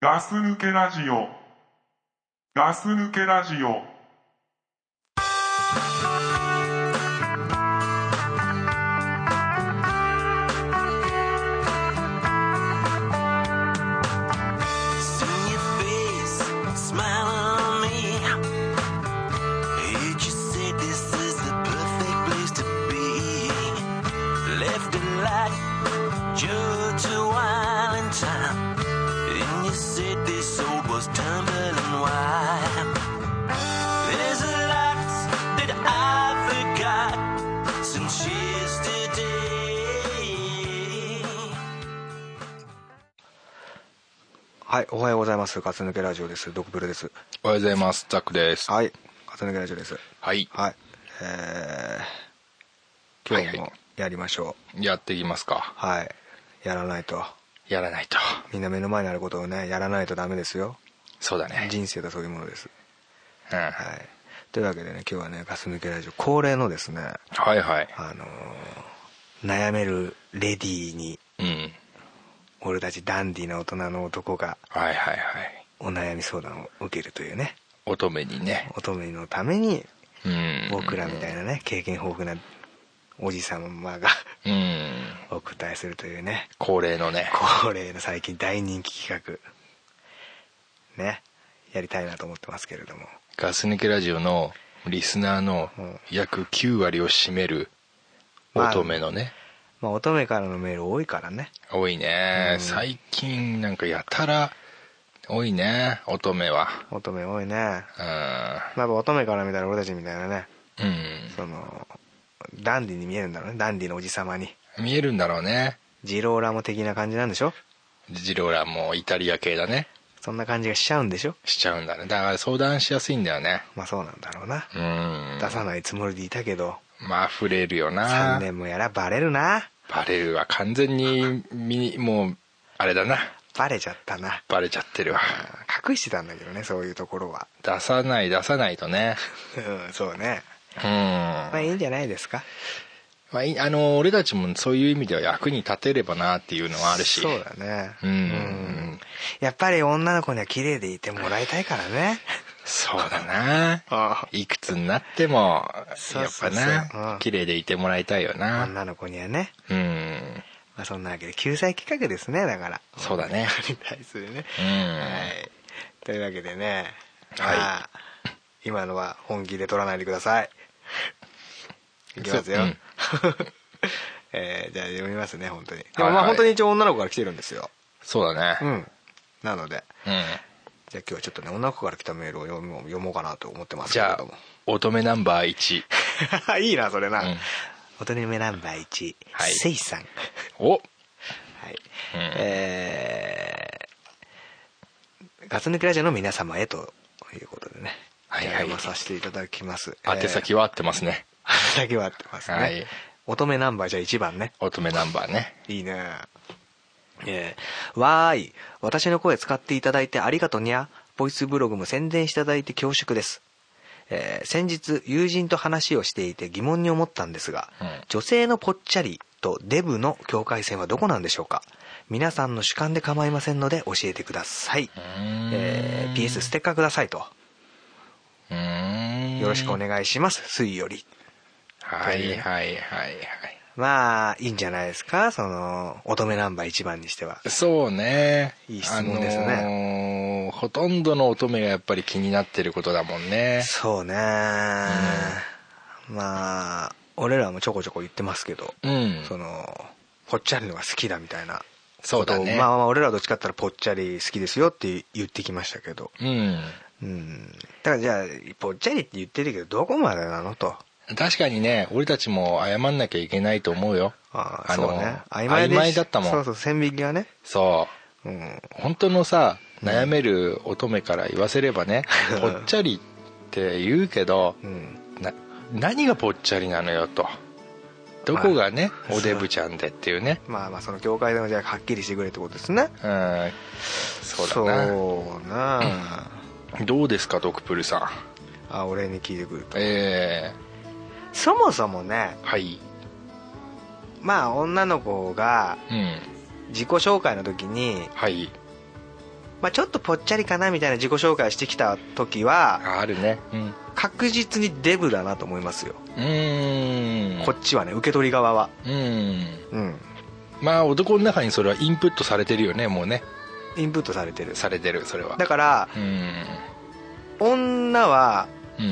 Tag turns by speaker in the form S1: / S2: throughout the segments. S1: ガス抜けラジオ。ガス抜けラジオ。
S2: Seeing your face, smile on me. You just said this is the perfect place to be. Left and right, just a while in time. And you said this soul was tumbling wide. There's a lot that I forgot since yesterday.
S3: はい、おはようございます。ガス抜けラジオです。ドクブルです。
S4: おはようございます。ザックです。
S3: はい、ガス抜けラジオです。
S4: はい。
S3: はい、えー、今
S4: はいはい
S3: 日もやりましょ
S4: やっていきますか
S3: う。。はい、やらないと。
S4: やらないと。
S3: みんな目の前にあることをね、やらないとダメですよ。
S4: そうだね。
S3: 人生とはそういうものです。
S4: うん。は
S3: はい。というわけでね、今日はね、ガス抜けラジオ恒例のですね、
S4: いはい。
S3: あのー悩めるレディーに、
S4: うん。
S3: 俺たちダンディーな大人の男が
S4: はいはいはい。
S3: お悩み相談を受けるというね、
S4: 乙女にね。
S3: 乙女のために
S4: うん。
S3: 僕らみたいなね経験豊富なおじさまが
S4: うん。
S3: お答えするというね
S4: 恒例のね。
S3: 恒例の最近大人気企画ねやりたいなと思ってますけれども
S4: ガス抜けラジオのリスナーの
S3: うん
S4: 約9割を占める乙女のね。
S3: まあ乙女からのメール多いからね
S4: 多いね
S3: う。ん
S4: 最近なんかやたら多いね。乙女は。
S3: 乙女多いねま
S4: う
S3: あやっぱ乙女から見たら俺たちみたいなね
S4: ん。
S3: そのダンディに見えるんだろうねダンディのおじさまに
S4: うん。見えるんだろうね。
S3: ジローラモ的な感じなんでしょ
S4: ジローラもイタリア系だね。
S3: そんな感じがしちゃうんでしょ
S4: しちゃうんだねだから相談しやすいんだよね
S3: まあそうなんだろうな
S4: うん
S3: 出さないつもりでいたけど
S4: まあ溢れるよ
S3: 3
S4: な
S3: 年もやらバレるな
S4: バレるわ完全に身にもうあれだな
S3: バレちゃったな
S4: バレちゃってるわ
S3: 隠してたんだけどねそういうところは
S4: 出さない出さないとね
S3: うんそうね
S4: うん
S3: まあいいんじゃないですか
S4: まあいいあの俺たちもそういう意味では役に立てればなっていうのはあるし
S3: そうだね
S4: うん
S3: やっぱり女の子には綺麗でいてもらいたいから ね
S4: そうだな
S3: あ
S4: いくつになっても
S3: そう
S4: やっ
S3: そ
S4: ぱ
S3: うそうう
S4: なん綺麗でいてもらいたいよな
S3: 女の子にはね、
S4: うん
S3: まあ、そんなわけで救済企画ですねだから
S4: そうだね
S3: に対するね、
S4: うん
S3: はいというわけでね
S4: はい
S3: まあ今のは本気で取らないでくださいいきますよ、
S4: そううん
S3: えーじゃあ読みますね本当にでも
S4: はい
S3: ま
S4: は
S3: あ
S4: い
S3: 本当に一応女の子から来てるんですよ
S4: そうだ
S3: う
S4: ね
S3: んなので
S4: うん
S3: じゃあ今日はちょっとね女の子から来たメールを読もう読もうかなと思ってますけ
S4: じ
S3: れ
S4: ゃ
S3: ども
S4: あ乙女ナンバー 1
S3: いいなそれな、
S4: うん
S3: 乙女ナンバー1、
S4: はい
S3: せいさん
S4: お
S3: はい、
S4: うん
S3: えーガス抜けラジオの皆様へということでね
S4: はいはい
S3: おまさせていただきます
S4: 宛先
S3: は、
S4: は合ってますね、
S3: えー、宛先は合ってますね、
S4: はい
S3: 乙女ナンバーじゃあ1番ね
S4: 乙女ナンバーね
S3: いいねえーわーい私の声使っていただいてありがとにゃボイスブログも宣伝していただいて恐縮です、えー先日友人と話をしていて疑問に思ったんですが、
S4: うん
S3: 女性のぽっちゃりとデブの境界線はどこなんでしょうか皆さんの主観で構いませんので教えてください、えー PS ステッカーくださいと
S4: うーん
S3: よろしくお願いします水より
S4: はいはいはいはい
S3: まあいいんじゃないですかその乙女ナンバー1番にしては
S4: そうね
S3: いい質問ですね
S4: あのーほとんどの乙女がやっぱり気になってることだもんね
S3: そうね、まあ俺らもちょこちょこ言ってますけど、
S4: うん
S3: そのぽっちゃりのが好きだみたいな
S4: そうだね
S3: まあまあ俺らはどっちかって言ったらぽっちゃり好きですよって言ってきましたけど
S4: うん
S3: うんだからじゃあぽっちゃりって言ってるけどどこまでなのと
S4: 確かにね俺たちも謝んなきゃいけないと思うよ
S3: ああ
S4: あ
S3: そう
S4: の
S3: ね
S4: 曖昧
S3: で
S4: だったもん
S3: そうそう線引きがね
S4: そう
S3: うん
S4: 本当のさ悩める乙女から言わせればね、ぽっちゃりって言うけど、
S3: うん
S4: な何がぽっちゃりなのよとどこがね、おデブちゃんでっていうね
S3: まあまあその業界でもじゃあはっきりしてくれってことですね
S4: うんそうだな
S3: そうな
S4: どうですかドクプルさん
S3: あ俺に聞いてくると
S4: え
S3: そもそもね
S4: えはい
S3: まあ女の子が
S4: うん
S3: 自己紹介の時に
S4: はい
S3: まあ、ちょっとぽっちゃりかなみたいな自己紹介してきた時は
S4: ああるねうん
S3: 確実にデブだなと思いますよ、
S4: うーん
S3: こっちはね受け取り側は
S4: うん
S3: うん
S4: まあ男の中にそれはインプットされてるよねもうね
S3: インプットされてる
S4: されてるそれは
S3: だから
S4: うん
S3: 女は
S4: う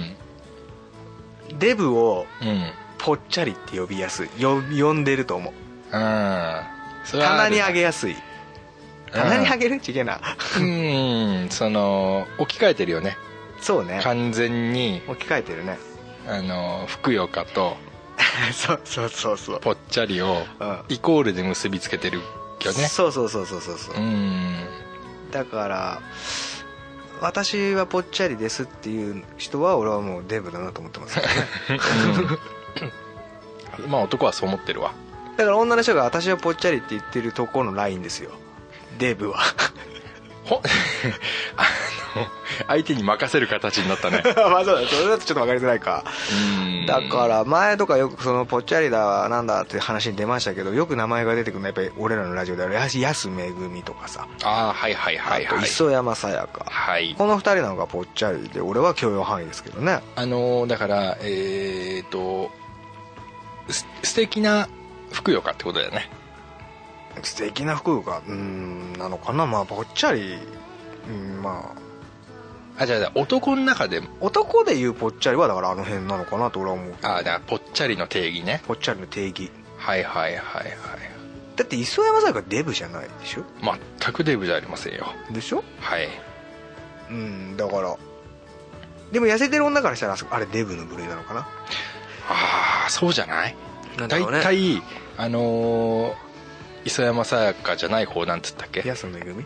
S4: ん
S3: デブを
S4: うん
S3: ぽっちゃりって呼びやすい呼呼んでると思う
S4: うんそれは
S3: 棚
S4: ある
S3: にあげやすい棚にあげるちげえな
S4: うんその置き換えてるよね
S3: そうね
S4: 完全に
S3: 置き換えてるね
S4: あのふくよかと
S3: そうそうそうそう
S4: ぽっちゃりを
S3: うん
S4: イコールで結びつけてるよね
S3: そうそうそうそうそうそう
S4: うん
S3: だから私はぽっちゃりですっていう人は俺はもうデブだなと思って ますけどね
S4: まあ男はそう思ってるわ
S3: だから女の人が私はぽっちゃりって言ってるとこのラインですよデブは
S4: ほ あの相手に任せる形になったね
S3: まあそうだそれだとちょっと分かりづらいか
S4: うん
S3: だから前とかよくそのぽっちゃりだなんだって話に出ましたけどよく名前が出てくるのはやっぱり俺らのラジオであるやす安めぐみとかさ
S4: ああはいはいはい
S3: あと
S4: はい
S3: 磯山さやか、
S4: はい
S3: この2人なんかぽっちゃりで俺は許容範囲ですけどね
S4: あのーだからえっ、とす素敵なふくよかってことだよね
S3: 素敵な服がうーんなのかなまあぽっちゃりうんまあ
S4: あじゃあ男の中でも
S3: 男で言うぽっちゃりはだからあの辺なのかなと俺は思う
S4: ああだからぽっちゃりの定義ね
S3: ぽっちゃりの定義
S4: はいはいはいはい
S3: だって磯山さやかデブじゃないでしょ
S4: 全くデブじゃありませんよ
S3: でしょ
S4: はい
S3: うんだからでも痩せてる女からしたらあれデブの部類なのかな
S4: ああそうじゃない
S3: なんだ
S4: 大
S3: ろうね
S4: 体、あのー磯山さやかじゃない方なんつったっけ
S3: 安めぐみ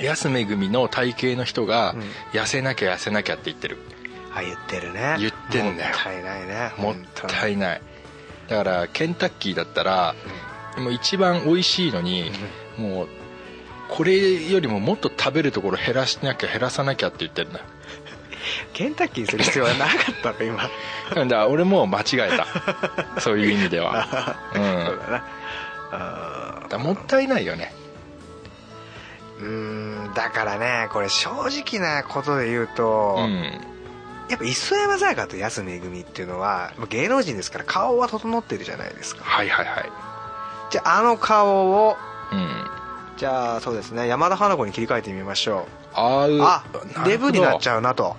S4: 安めぐみの体型の人が
S3: うん
S4: 痩せなきゃ痩せなきゃって言ってる
S3: あ言ってるね
S4: 言ってんだ
S3: もっ
S4: よ
S3: たいないね
S4: もったい
S3: 本
S4: ないだからケンタッキーだったらもう一番美味しいのにもうこれよりももっと食べるところ減らしなきゃ減らさなきゃって言ってるんだよ
S3: 当にケンタッキーにする必要はなかったの今
S4: だから俺も間違えたそういう意味で は、うん、
S3: そう
S4: だか
S3: だなあ
S4: らもったいないよね
S3: ーうーんだからねこれ正直なことで言うと、
S4: うん
S3: やっぱ磯山さやかと安めぐみっていうのはまあ芸能人ですから顔は整ってるじゃないですか
S4: はいはいはい
S3: じゃああの顔を
S4: うん
S3: じゃあそうですね山田花子に切り替えてみましょ
S4: あ
S3: う
S4: ー
S3: あ
S4: なるほど
S3: デブになっちゃうなと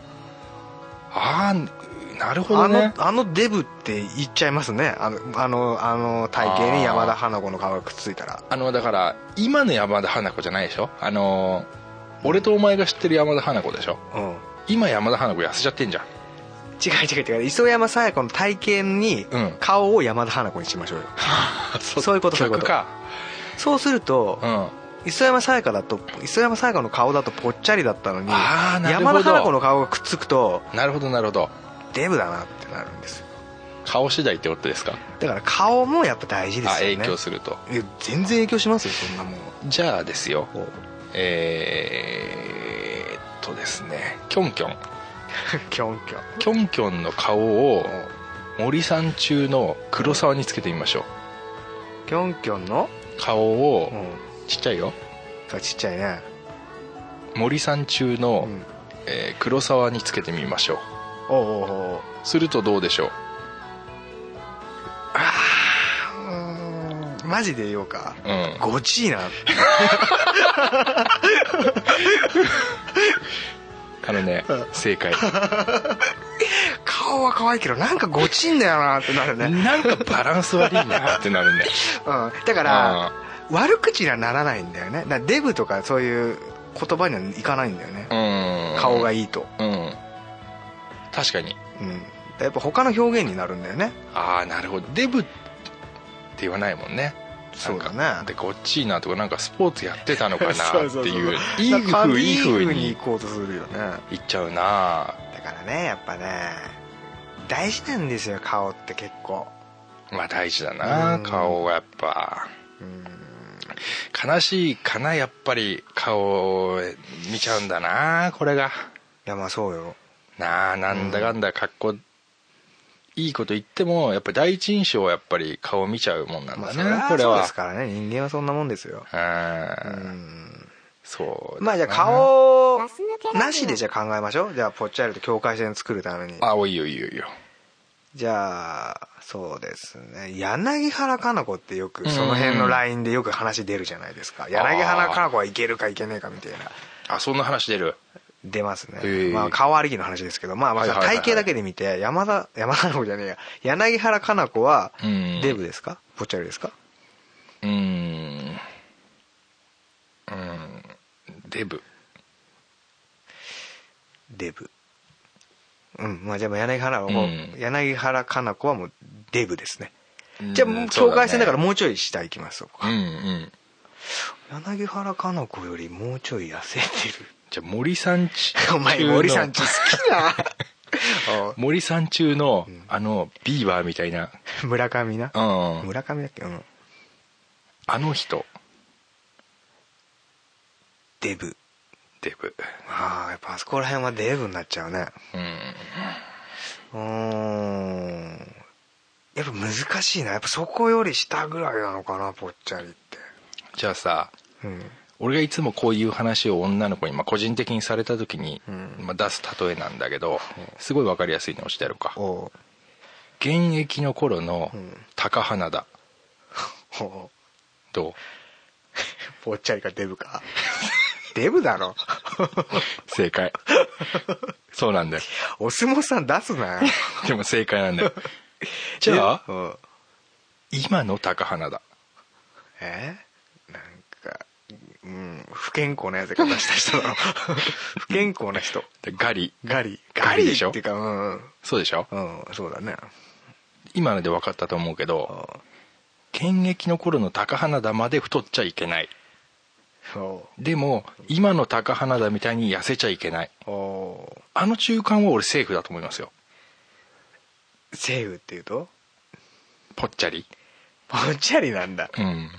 S4: あーなるほ
S3: あ
S4: どね
S3: のあのデブって言っちゃいますねあのあのあの体型に山田花子の顔がくっついたら
S4: あのだから今の山田花子じゃないでしょあのー俺とお前が知ってる山田花子でしょ
S3: うん
S4: 今山田花子痩せちゃってんじゃん
S3: 違う違う違う磯山さやかの体型に
S4: うん
S3: 顔を山田花子にしましょう よ、そういうことそういうこと
S4: 逆か
S3: そうすると
S4: うんあ
S3: 磯山さやかだと磯山さやかの顔だとぽっちゃりだったのに
S4: あーなるほど
S3: 山田花子の顔がくっつくと
S4: なるほどなるほど
S3: デブだなってなるんですよ
S4: 顔次第ってことですか
S3: だから顔もやっぱ大事で
S4: あ
S3: すよね
S4: 影響すると
S3: いや全然影響しますよそんなもん
S4: じゃあですよ
S3: こう
S4: えー、っとですねキョンキョン
S3: キョンキョン
S4: キョンキョンの顔を森さん中の黒沢につけてみましょう
S3: キョンキョンの
S4: 顔
S3: う
S4: を
S3: ん
S4: ちっちゃいよ
S3: そうちっちゃいね
S4: 森さん中
S3: う
S4: の、
S3: ん
S4: えー黒沢につけてみましょう
S3: おうおうおう
S4: するとどうでしょう
S3: あーうーんマジで言おうか
S4: うん
S3: ごちいな
S4: あのね正解
S3: 顔は可愛いけどなんかごちいんだよなってなる ね、
S4: なんかバランス悪いなってなるね
S3: うん、だ から悪口にはならないんだよねだからデブとかそういう言葉にはいかないんだよね
S4: うん
S3: 顔が
S4: いい
S3: いいと、
S4: うん確かに
S3: うん、やっぱ他の表現になるんだよね
S4: ああなるほどデブって言わないもんね
S3: そうだね
S4: なんかでこっちいなとかなんかスポーツやってたのかな
S3: そう そうそう
S4: っていういい
S3: だから
S4: ふういいふ
S3: いう風に
S4: に
S3: 行こうとするよね
S4: 言っちゃうな
S3: だからねやっぱね大事なんですよ顔って結構
S4: まあ大事だな
S3: うん
S4: 顔はやっぱ
S3: うん
S4: 悲しいかなやっぱり顔見ちゃうんだなこれが
S3: いやまあそうよ
S4: なあなんだかんだかっこいいこと言ってもやっぱり第一印象はやっぱり顔見ちゃうもんなん
S3: まあ
S4: だ
S3: そ
S4: ね、
S3: れは
S4: これ
S3: そう
S4: は
S3: ですからね人間はそんなもんですよ
S4: う
S3: うんん
S4: そうだな
S3: まあじゃあ顔
S5: ガス抜けラジオ
S3: なしでじゃあ考えましょうじゃあぽっちゃりと境界線作るために
S4: あおいいよいいよいいよ
S3: じゃあそうですね柳原加奈子ってよくその辺のラインでよく話出るじゃないですか柳原加奈子はいけるかいけねえかみたいな
S4: あそんな話出る
S3: 出ますね、
S4: へえ
S3: まあ顔歩きの話ですけどまあまあ
S4: はいはいは
S3: 体
S4: い
S3: 型だけで見て山田山田の子じゃねえや柳原加奈子は
S4: うん
S3: デブですかぽっちゃりですか
S4: うーんうーんデブ
S3: デブうんまあじゃあ柳原はもう、
S4: うん
S3: 柳原加奈子はもうデブですねじゃあもう
S4: うんそう
S3: 境
S4: だね
S3: 界線だからもうちょい下行きますそこ
S4: うんうん
S3: 柳原加奈子よりもうちょい痩せて
S4: じゃあ森さんち
S3: る お前森さんち好きな お
S4: 森さん中の、あのビーバーみたいな、
S3: 村上な
S4: うん、
S3: 村上だっけうん
S4: あの人
S3: デブ
S4: デブ
S3: ああやっぱあそこら辺はデブになっちゃうね
S4: うん
S3: うーんやっぱ難しいなやっぱそこより下ぐらいなのかなぽっちゃりって
S4: じゃあさ
S3: うん
S4: 俺がいつもこういう話を女の子に、まあ、個人的にされた時に、
S3: うん
S4: まあ、出す例えなんだけどすごい分かりやすいのをしてやろうか
S3: おう
S4: 現役の頃の
S3: うん
S4: 高花田
S3: おう
S4: どう
S3: ぽっちゃりかデブ かデブだろ
S4: 正解そうなんだよ
S3: お相撲さん出すなよ
S4: でも正解な んだよじゃあ
S3: うん
S4: 今の高花田
S3: えなんかうん不健康なやつが出した人 だろ不健康な人
S4: でガリ
S3: ガリ
S4: ガリでしょ
S3: っていうかうん
S4: そうでしょ
S3: うん、うん、そうだね
S4: 今ので分かったと思うけど現役の頃の高花田まで太っちゃいけない
S3: お
S4: でも今の高花田みたいに痩せちゃいけない
S3: おお
S4: あの中間は俺セーフだと思いますよ
S3: うセーフっていうと
S4: ぽっちゃり
S3: ぽっちゃりなんだ
S4: うん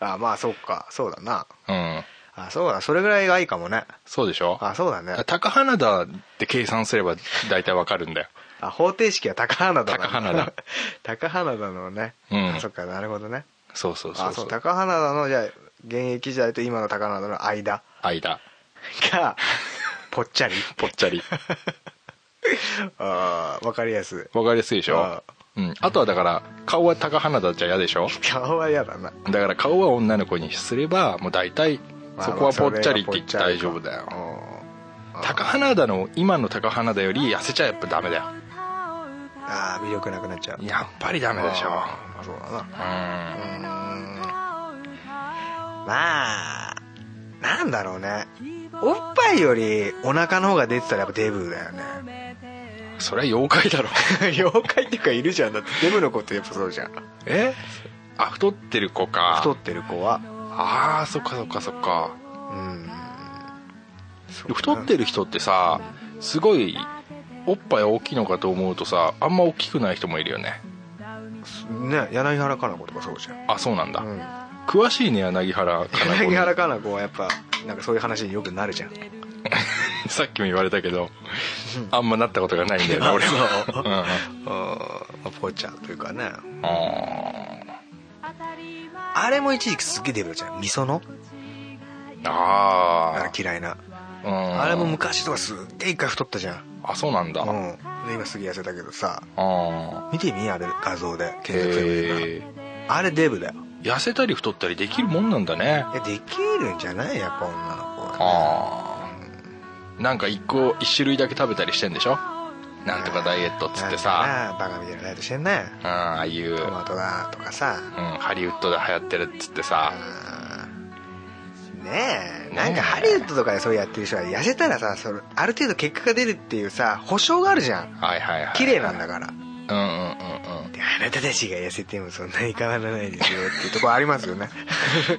S3: あまあそっかそうだな
S4: うん
S3: あそうだそれぐらいがいいかもね
S4: そうでしょ
S3: あそうだね
S4: 高花田って計算すれば大体わかるんだよ
S3: あ方程式は高花田だ
S4: 高花田
S3: 高花田のね、
S4: うん
S3: あそっかなるほどね
S4: そうそうそ
S3: あ
S4: うそ
S3: そう
S4: う
S3: 高花田のじゃあ現役時代と今の高花田の間
S4: 間
S3: がぽっちゃり
S4: ぽっちゃり
S3: ああわかりやすい
S4: わかりやすいでしょ
S3: あ
S4: うん、あとはだから顔は高花田じゃ嫌でしょ
S3: 顔は嫌だな
S4: だから顔は女の子にすればもう大体
S3: まあ
S4: そこはぽっちゃりって
S3: まあ
S4: 言って大丈夫だよ
S3: うん
S4: 高花田の今の高花田より痩せちゃやっぱダメだよ
S3: ああ魅力なくなっちゃう
S4: やっぱりダメでしょ
S3: あーそうだな
S4: うん
S3: まあなんだろうねおっぱいよりお腹の方が出てたらやっぱデブだよね
S4: それは妖怪だろ
S3: 妖怪っていうかいるじゃんだってデブの子ってやっぱそうじゃん
S4: えあ太ってる子か
S3: 太ってる子は
S4: あーそっかそっかそっか
S3: うんそう
S4: 太ってる人ってさすごいおっぱい大きいのかと思うとさあんま大きくない人もいるよね
S3: ね柳原加奈子とかそうじゃん
S4: あそうなんだ、
S3: うん
S4: 詳しいね柳原かな
S3: 柳原加奈子はやっぱなんかそういう話によくなるじゃん
S4: さっきも言われたけどあんまなったことがないんだよね俺は
S3: うんまあぽっちゃんというかね
S4: うんあ
S3: あれも一時期すっげえデブだじゃん味噌の
S4: ーあ
S3: あ嫌いな
S4: ーうん
S3: あれも昔とかすっげえ一回太ったじゃん
S4: あそうなんだ、
S3: う
S4: あ
S3: んで今すげえ痩せたけどさ
S4: あ
S3: 見てみあれ画像で
S4: ー
S3: 検索すればいい
S4: へえ
S3: なあれデブだよ
S4: 痩せたり太ったりできるもんなんだね
S3: いやできるんじゃないやっぱ女の子は、ね、
S4: ああなんか一個一種類だけ食べたりしてんでしょなんとかダイエットっつってさ
S3: なんかなバカみたいなダイエットしてんね
S4: うんああいう、うん
S3: ト、マトだとかさ
S4: ハリウッドで流行ってるっつってさ
S3: うんねえ
S4: え
S3: なんかハリウッドとかでそうやってる人は痩せたらさそれある程度結果が出るっていうさ保証があるじゃん
S4: はいはいはい
S3: 綺麗なんだから
S4: うんうんうん
S3: であなたたちが痩せてもそんなに変わらないですよっていうところありますよね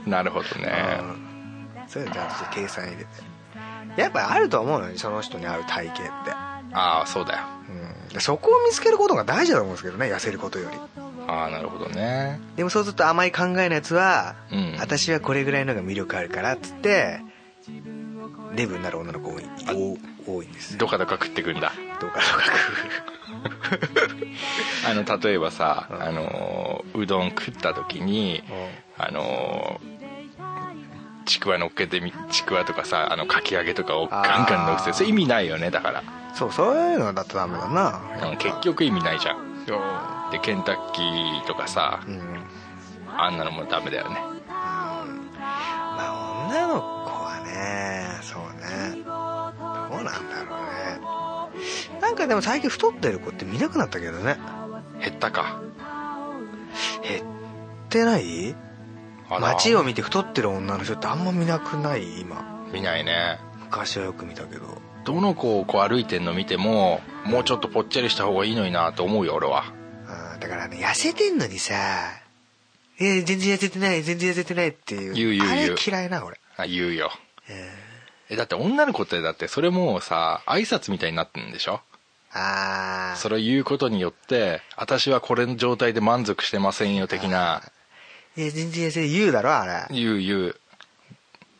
S4: うんなるほどね
S3: うんそういうのちゃんと計算入れてやっぱあると思うのにその人に合う体型っ
S4: ああそうだよ
S3: て、うんで、そこを見つけることが大事だと思うんですけどね痩せることより
S4: ああなるほどね
S3: でもそうすると甘い考えのやつは、
S4: うん
S3: 私はこれぐらいのが魅力あるからっつってデブになる女の子多い多多いんですよ
S4: どかどか食ってくんだ
S3: どうかどうか
S4: あの例えばさ、あのーうどん食った時に、あのーちくわ乗っけてみちくわとかさあのかき揚げとかをガンガン乗っけてそれ意味ないよねだから
S3: そうそういうのだとダメだな
S4: うん結局意味ないじゃんでケンタッキーとかさ
S3: うんま
S4: あんなのもダメだよね
S3: あ女の子はねそうねどうなんだろうねなんかでも最近太ってる子って見なくなったけどね
S4: 減ったか
S3: 減ってない
S4: あら
S3: 街を見て太ってる女の人ってあんま見なくない今
S4: 見ないね
S3: 昔はよく見たけど
S4: どの子をこう歩いてんの見てももうちょっとぽっちゃりした方がいいのになと思うよ俺は
S3: うんだからね痩せてんのにさ「えー全然痩せてない全然痩せてない」っていう
S4: 言う言う
S3: あれ
S4: 言う
S3: 嫌いな俺
S4: あ言うよ
S3: え
S4: えだって女の子ってだってそれもうさ挨拶みたいになってるんでしょ
S3: ーああ
S4: それを言うことによって私はこれの状態で満足してませんよ的な
S3: 「いや全然痩せて言うだろあれ
S4: 言う言う」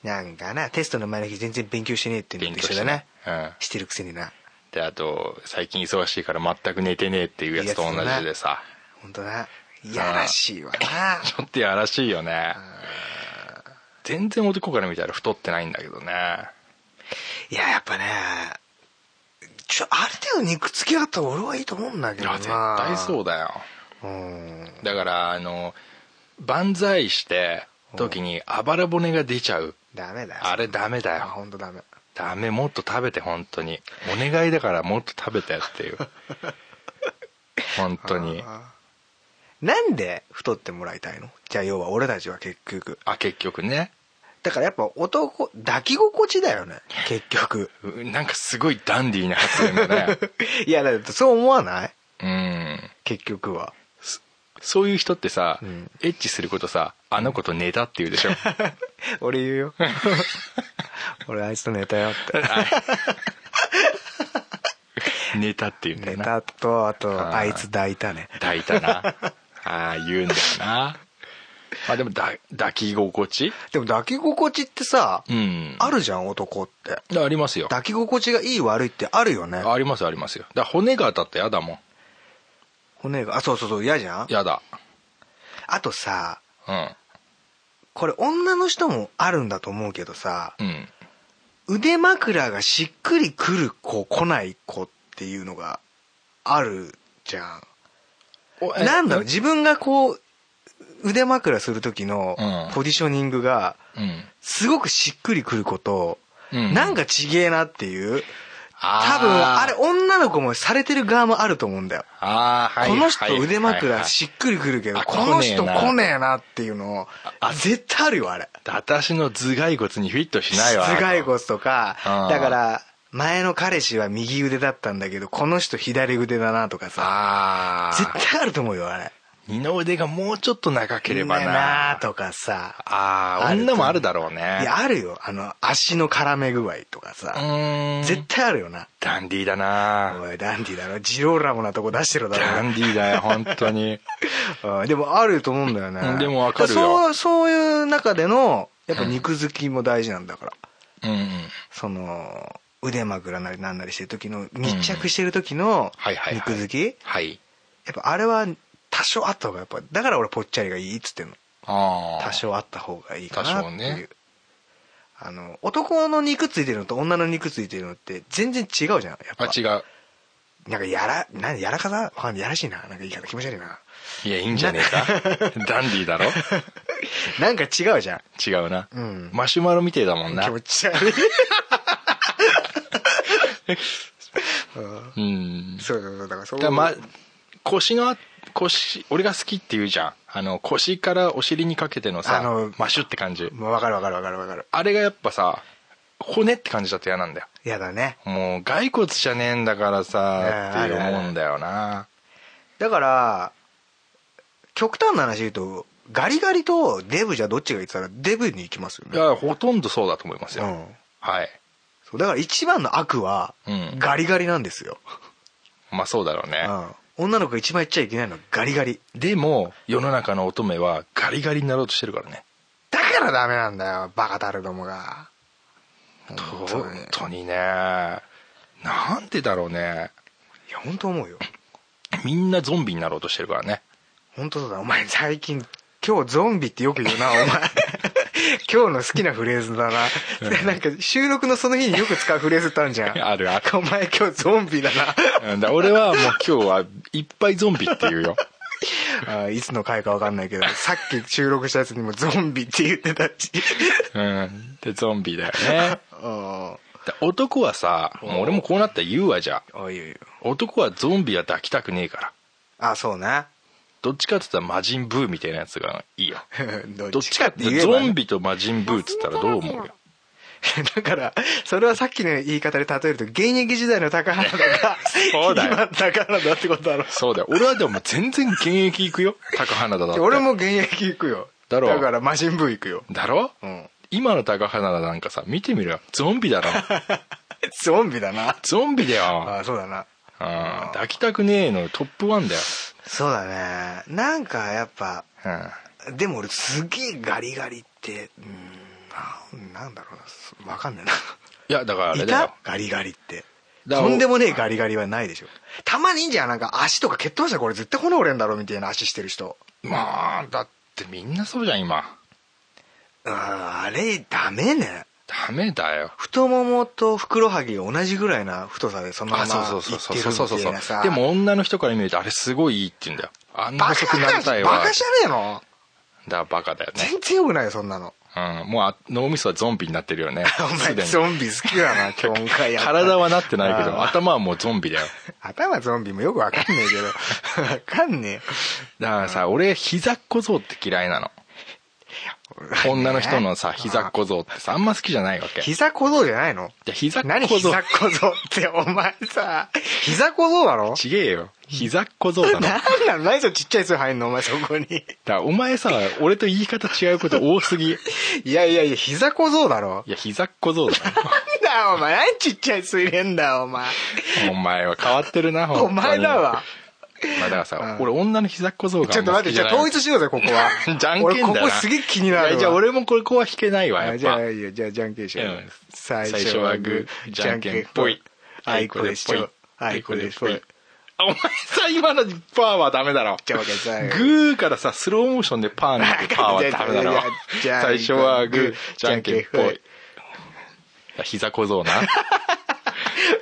S3: なんかなテストの前の日全然勉強しねえっていう
S4: 勉
S3: のと
S4: 強
S3: 一緒
S4: して
S3: だね
S4: ね、うん、
S3: してるくせにな
S4: であと最近忙しいから全く寝てねえっていうやつと同じでさ
S3: 本当だいやらしいわな
S4: ちょっとやらしいよね全然男から見たら太ってないんだけどね
S3: いややっぱねちょある程度肉付きがあったら俺はいいと思うんだ
S4: い
S3: けど
S4: や
S3: な
S4: 絶対そうだよ
S3: うん
S4: だからあの万歳して時にあばら骨が出ちゃう
S3: ダメだよ
S4: あれダメだよ
S3: 本当ダメ
S4: ダメもっと食べて本当にお願いだからもっと食べてっ ていう本当に
S3: あーなんで太ってもらいたいのじゃあ要は俺たちは結局
S4: あ結局ね
S3: だからやっぱ男抱き心地だよね結局
S4: うなんかすごいダンディーな発言だね
S3: いやだってそう思わない
S4: うん
S3: 結局は
S4: そういう人ってさ、
S3: うん
S4: エッチすることさあの子と寝たって言うでし ょ
S3: 俺言う よ俺あいつと寝たよって
S4: 寝たって言うん
S3: 寝
S4: だよな
S3: たとあ
S4: あ
S3: と
S4: ー
S3: あいつ抱いたね
S4: 抱いたなああ言うんだよなまあでもだ抱き心地
S3: でも抱き心地ってさ、
S4: うん
S3: あるじゃん男って
S4: ありますよ
S3: 抱き心地がいい悪いってあるよね
S4: ありますありますよだから骨が当たってやだもん
S3: 骨があそうそうそう嫌じゃん
S4: やだ
S3: あとさ
S4: うん
S3: これ女の人もあるんだと思うけどさ
S4: うん
S3: 腕枕がしっくりくる子来ない子っていうのがあるじゃん
S4: おえ
S3: なんだろう自分がこう腕枕する時の
S4: うん
S3: ポジショニングが
S4: うん
S3: すごくしっくりくる子と、
S4: うん
S3: なんかちげえなっていう
S4: あー
S3: 多分あれ女の子もされてる側もあると思うんだよ、
S4: ああはい
S3: この人
S4: はい
S3: 腕
S4: はい
S3: 枕
S4: はい
S3: しっくりくるけど、
S4: あ
S3: この人
S4: 来ねえな
S3: 来ねえなっていうのあ絶対あるよあれ
S4: 私の頭蓋骨にフィットしないわ
S3: 頭蓋骨とか
S4: あー
S3: だから前の彼氏は右腕だったんだけどこの人左腕だなとかさ
S4: あ
S3: 絶
S4: あ
S3: 対あると思うよあれ
S4: 二の腕がもうちょっと長ければな
S3: だなとかさ
S4: ああ
S3: ある
S4: 女もあるだろうね
S3: いやあるよあの足の絡め具合とか
S4: う
S3: さ
S4: ーん
S3: 絶対あるよな
S4: ダンディーだな
S3: おいダンディだろジローラモなとこ出してるだ
S4: ダ
S3: ろ
S4: ンディーだよ本当に
S3: うんでもあると思うんだよ
S4: う
S3: ね
S4: んでもわかるよ
S3: だらそうそういう中でのやっぱ肉付きも大事なんだから、
S4: うんうん
S3: その腕枕なりなんなりしてる時の密着してる時の
S4: はいはいはい
S3: 肉付き、
S4: はい
S3: やっぱあれは多少あった方がやっぱだから俺ぽっちゃりがいいっつってんの
S4: ああ
S3: 多少あった方がいいかなっていう、
S4: 多少ね
S3: あの男の肉ついてるのと女の肉ついてるのって全然違うじゃんやっ
S4: あ
S3: ぱ
S4: 違う
S3: なんかやらなんやらかさわかんないやらしいななんか言い方気持ち悪いない
S4: やいいんじゃねえかダンディーだろ
S3: なんか違うじゃん
S4: 違うな、
S3: うん
S4: マシュマロみてえだもんな
S3: 気持ち 悪い
S4: うん
S3: そうそうそうだからそう
S4: だからま腰のあ腰俺が好きって言うじゃんあの腰からお尻にかけてのさ
S3: あの
S4: マシュって感じ
S3: まあわかるわかるわかるわかる
S4: あれがやっぱさ骨って感じだと嫌なんだよ
S3: やだね
S4: もう骸骨じゃねえんだからさ
S3: うん
S4: って思うんだよな
S3: だから極端な話言うとガリガリとデブじゃどっちがいいって言ったらデブに行きますよ
S4: い
S3: ね
S4: やほとんどそうだと思いますよ、
S3: うん
S4: はい
S3: そうだから一番の悪は
S4: うん
S3: ガリガリなんですよ、
S4: まあそうだろうね、
S3: うん、女の子が一番言っちゃいけないのはガリガリ
S4: でも世の中の乙女はガリガリになろうとしてるからね
S3: だからダメなんだよバカたるどもが
S4: 本
S3: 本当にい
S4: 当にねなんでだろうね
S3: や本当思うよ
S4: みんなゾンビになろうとしてるからね
S3: 本当そうだお前最近今日ゾンビってよく言うなお前今日の好きなフレーズだな、なんか収録のその日によく使うフレーズってあるじゃん
S4: あるある
S3: お前今日ゾンビだ
S4: うんだ俺はもう今日はいっぱいゾンビって言うよ
S3: なあーいつの回か分かんないけどさっき収録したやつにもゾンビって言ってた し
S4: うんでゾンビだよ ね
S3: あ
S4: で男はさもう俺もこうなったら言うわじゃあ
S3: あいいよいいよ
S4: 男はゾンビは抱きたくねえから
S3: あそうな
S4: どっちかって言ったら魔人ブーみたいなやつがいいよ
S3: ど
S4: ど
S3: っ
S4: っ
S3: ち
S4: ち
S3: か
S4: か
S3: っ
S4: ってて
S3: 言
S4: 言
S3: え
S4: った
S3: ば
S4: ら
S3: ね
S4: ゾンビと魔人ブーっつったらどう思うよ
S3: だからそれはさっきの言い方で例えると現役時代の高原田が
S4: そうだよ
S3: 今の高原田ってことだろ
S4: そうだよ俺はでも全然現役行くよ高花田だって
S3: 俺も現役行くよ
S4: だろ
S3: だからマシンブー行くよ
S4: だろ、
S3: うん
S4: 今の高花田なんかさ見てみろよゾン ビだろ
S3: ゾンビだな
S4: ゾンビだ
S3: あ
S4: よ、
S3: あそうだな
S4: うん、抱きたくねえのトップワンだよ、
S3: そうだねなんかやっぱ
S4: うん
S3: でも俺すげえガリガリってうんななんだろうなわかんないない
S4: やだからあれ
S3: い
S4: だよ
S3: たガリガリって
S4: だから
S3: とんでもねえガリガリはないでしょたまにいいんじゃんなんか足とか蹴っ飛ばしたらこれ絶対骨折れんだろみたいな足してる人
S4: まあだってみんなそうじゃん今
S3: うんあれダメね
S4: ダメだよ
S3: 太ももとふくろはぎが同じぐらいな太さでそのまま
S4: あそう
S3: い
S4: そうそ
S3: っ
S4: うそう
S3: てる
S4: そうそう
S3: みたいなさ
S4: でも女の人から見るとあれすごいいいって言うんだよあんな
S3: バ
S4: 細
S3: カ
S4: く
S3: じゃ
S4: な
S3: ね
S4: りた
S3: え
S4: い
S3: の
S4: わ
S3: バカじゃねえの
S4: だバカだよね
S3: 全然よくないよそんなの
S4: うんもうあ脳みそはゾンビになってるよね
S3: お前
S4: すでに
S3: ゾンビ好きだな今回やった
S4: 体はなってないけど
S3: あー
S4: 頭はもうゾンビだよ
S3: 頭ゾンビもよくわかんねえけ どわかんね
S4: だからさ俺膝っ小僧って嫌いなの
S3: え
S4: 女の人のさ膝っ小僧ってさあんま好きじゃないわけ
S3: 膝小僧じゃないの
S4: で膝っ
S3: 何
S4: 小僧
S3: 膝小僧ってお前さ膝小僧だろ
S4: ちげえよ膝っ小僧だろ
S3: 何
S4: だか
S3: なの何それちっちゃい巣入んのお前そこに
S4: らお前さ俺と言い方違うこと多すぎい
S3: いやいやいや膝小僧だろ
S4: や膝っ小僧だな
S3: なんだお前何ちっちゃい巣入れんだよお前
S4: お前は変わってるな本当 に
S3: お前だわ
S4: まあだから
S3: うん
S4: さ俺女の膝っ小僧が
S3: ちょっと待ってじゃあ統一しようぜここ は
S4: じゃんけんだな
S3: 俺ここすげえ気になるわ
S4: じゃあ俺もこれここは引けないわや
S3: あ
S4: っ
S3: じゃ
S4: ぱ
S3: あいいよじゃあじゃんけんしよ
S4: う
S3: うん最
S4: 最初はグーじゃんけんぽい
S3: あいこでし
S4: ぽい
S3: ょあいこでしょ
S4: あいこでぽいお前さ今のパーはダメだろ
S3: じゃあわかりました
S4: グーからさスローモーションでパーになってパーはダメだ
S3: い
S4: ろ
S3: やじゃあ
S4: 最初はグ
S3: グー
S4: ーじゃんけんぽ
S3: じゃんけん
S4: い膝小僧な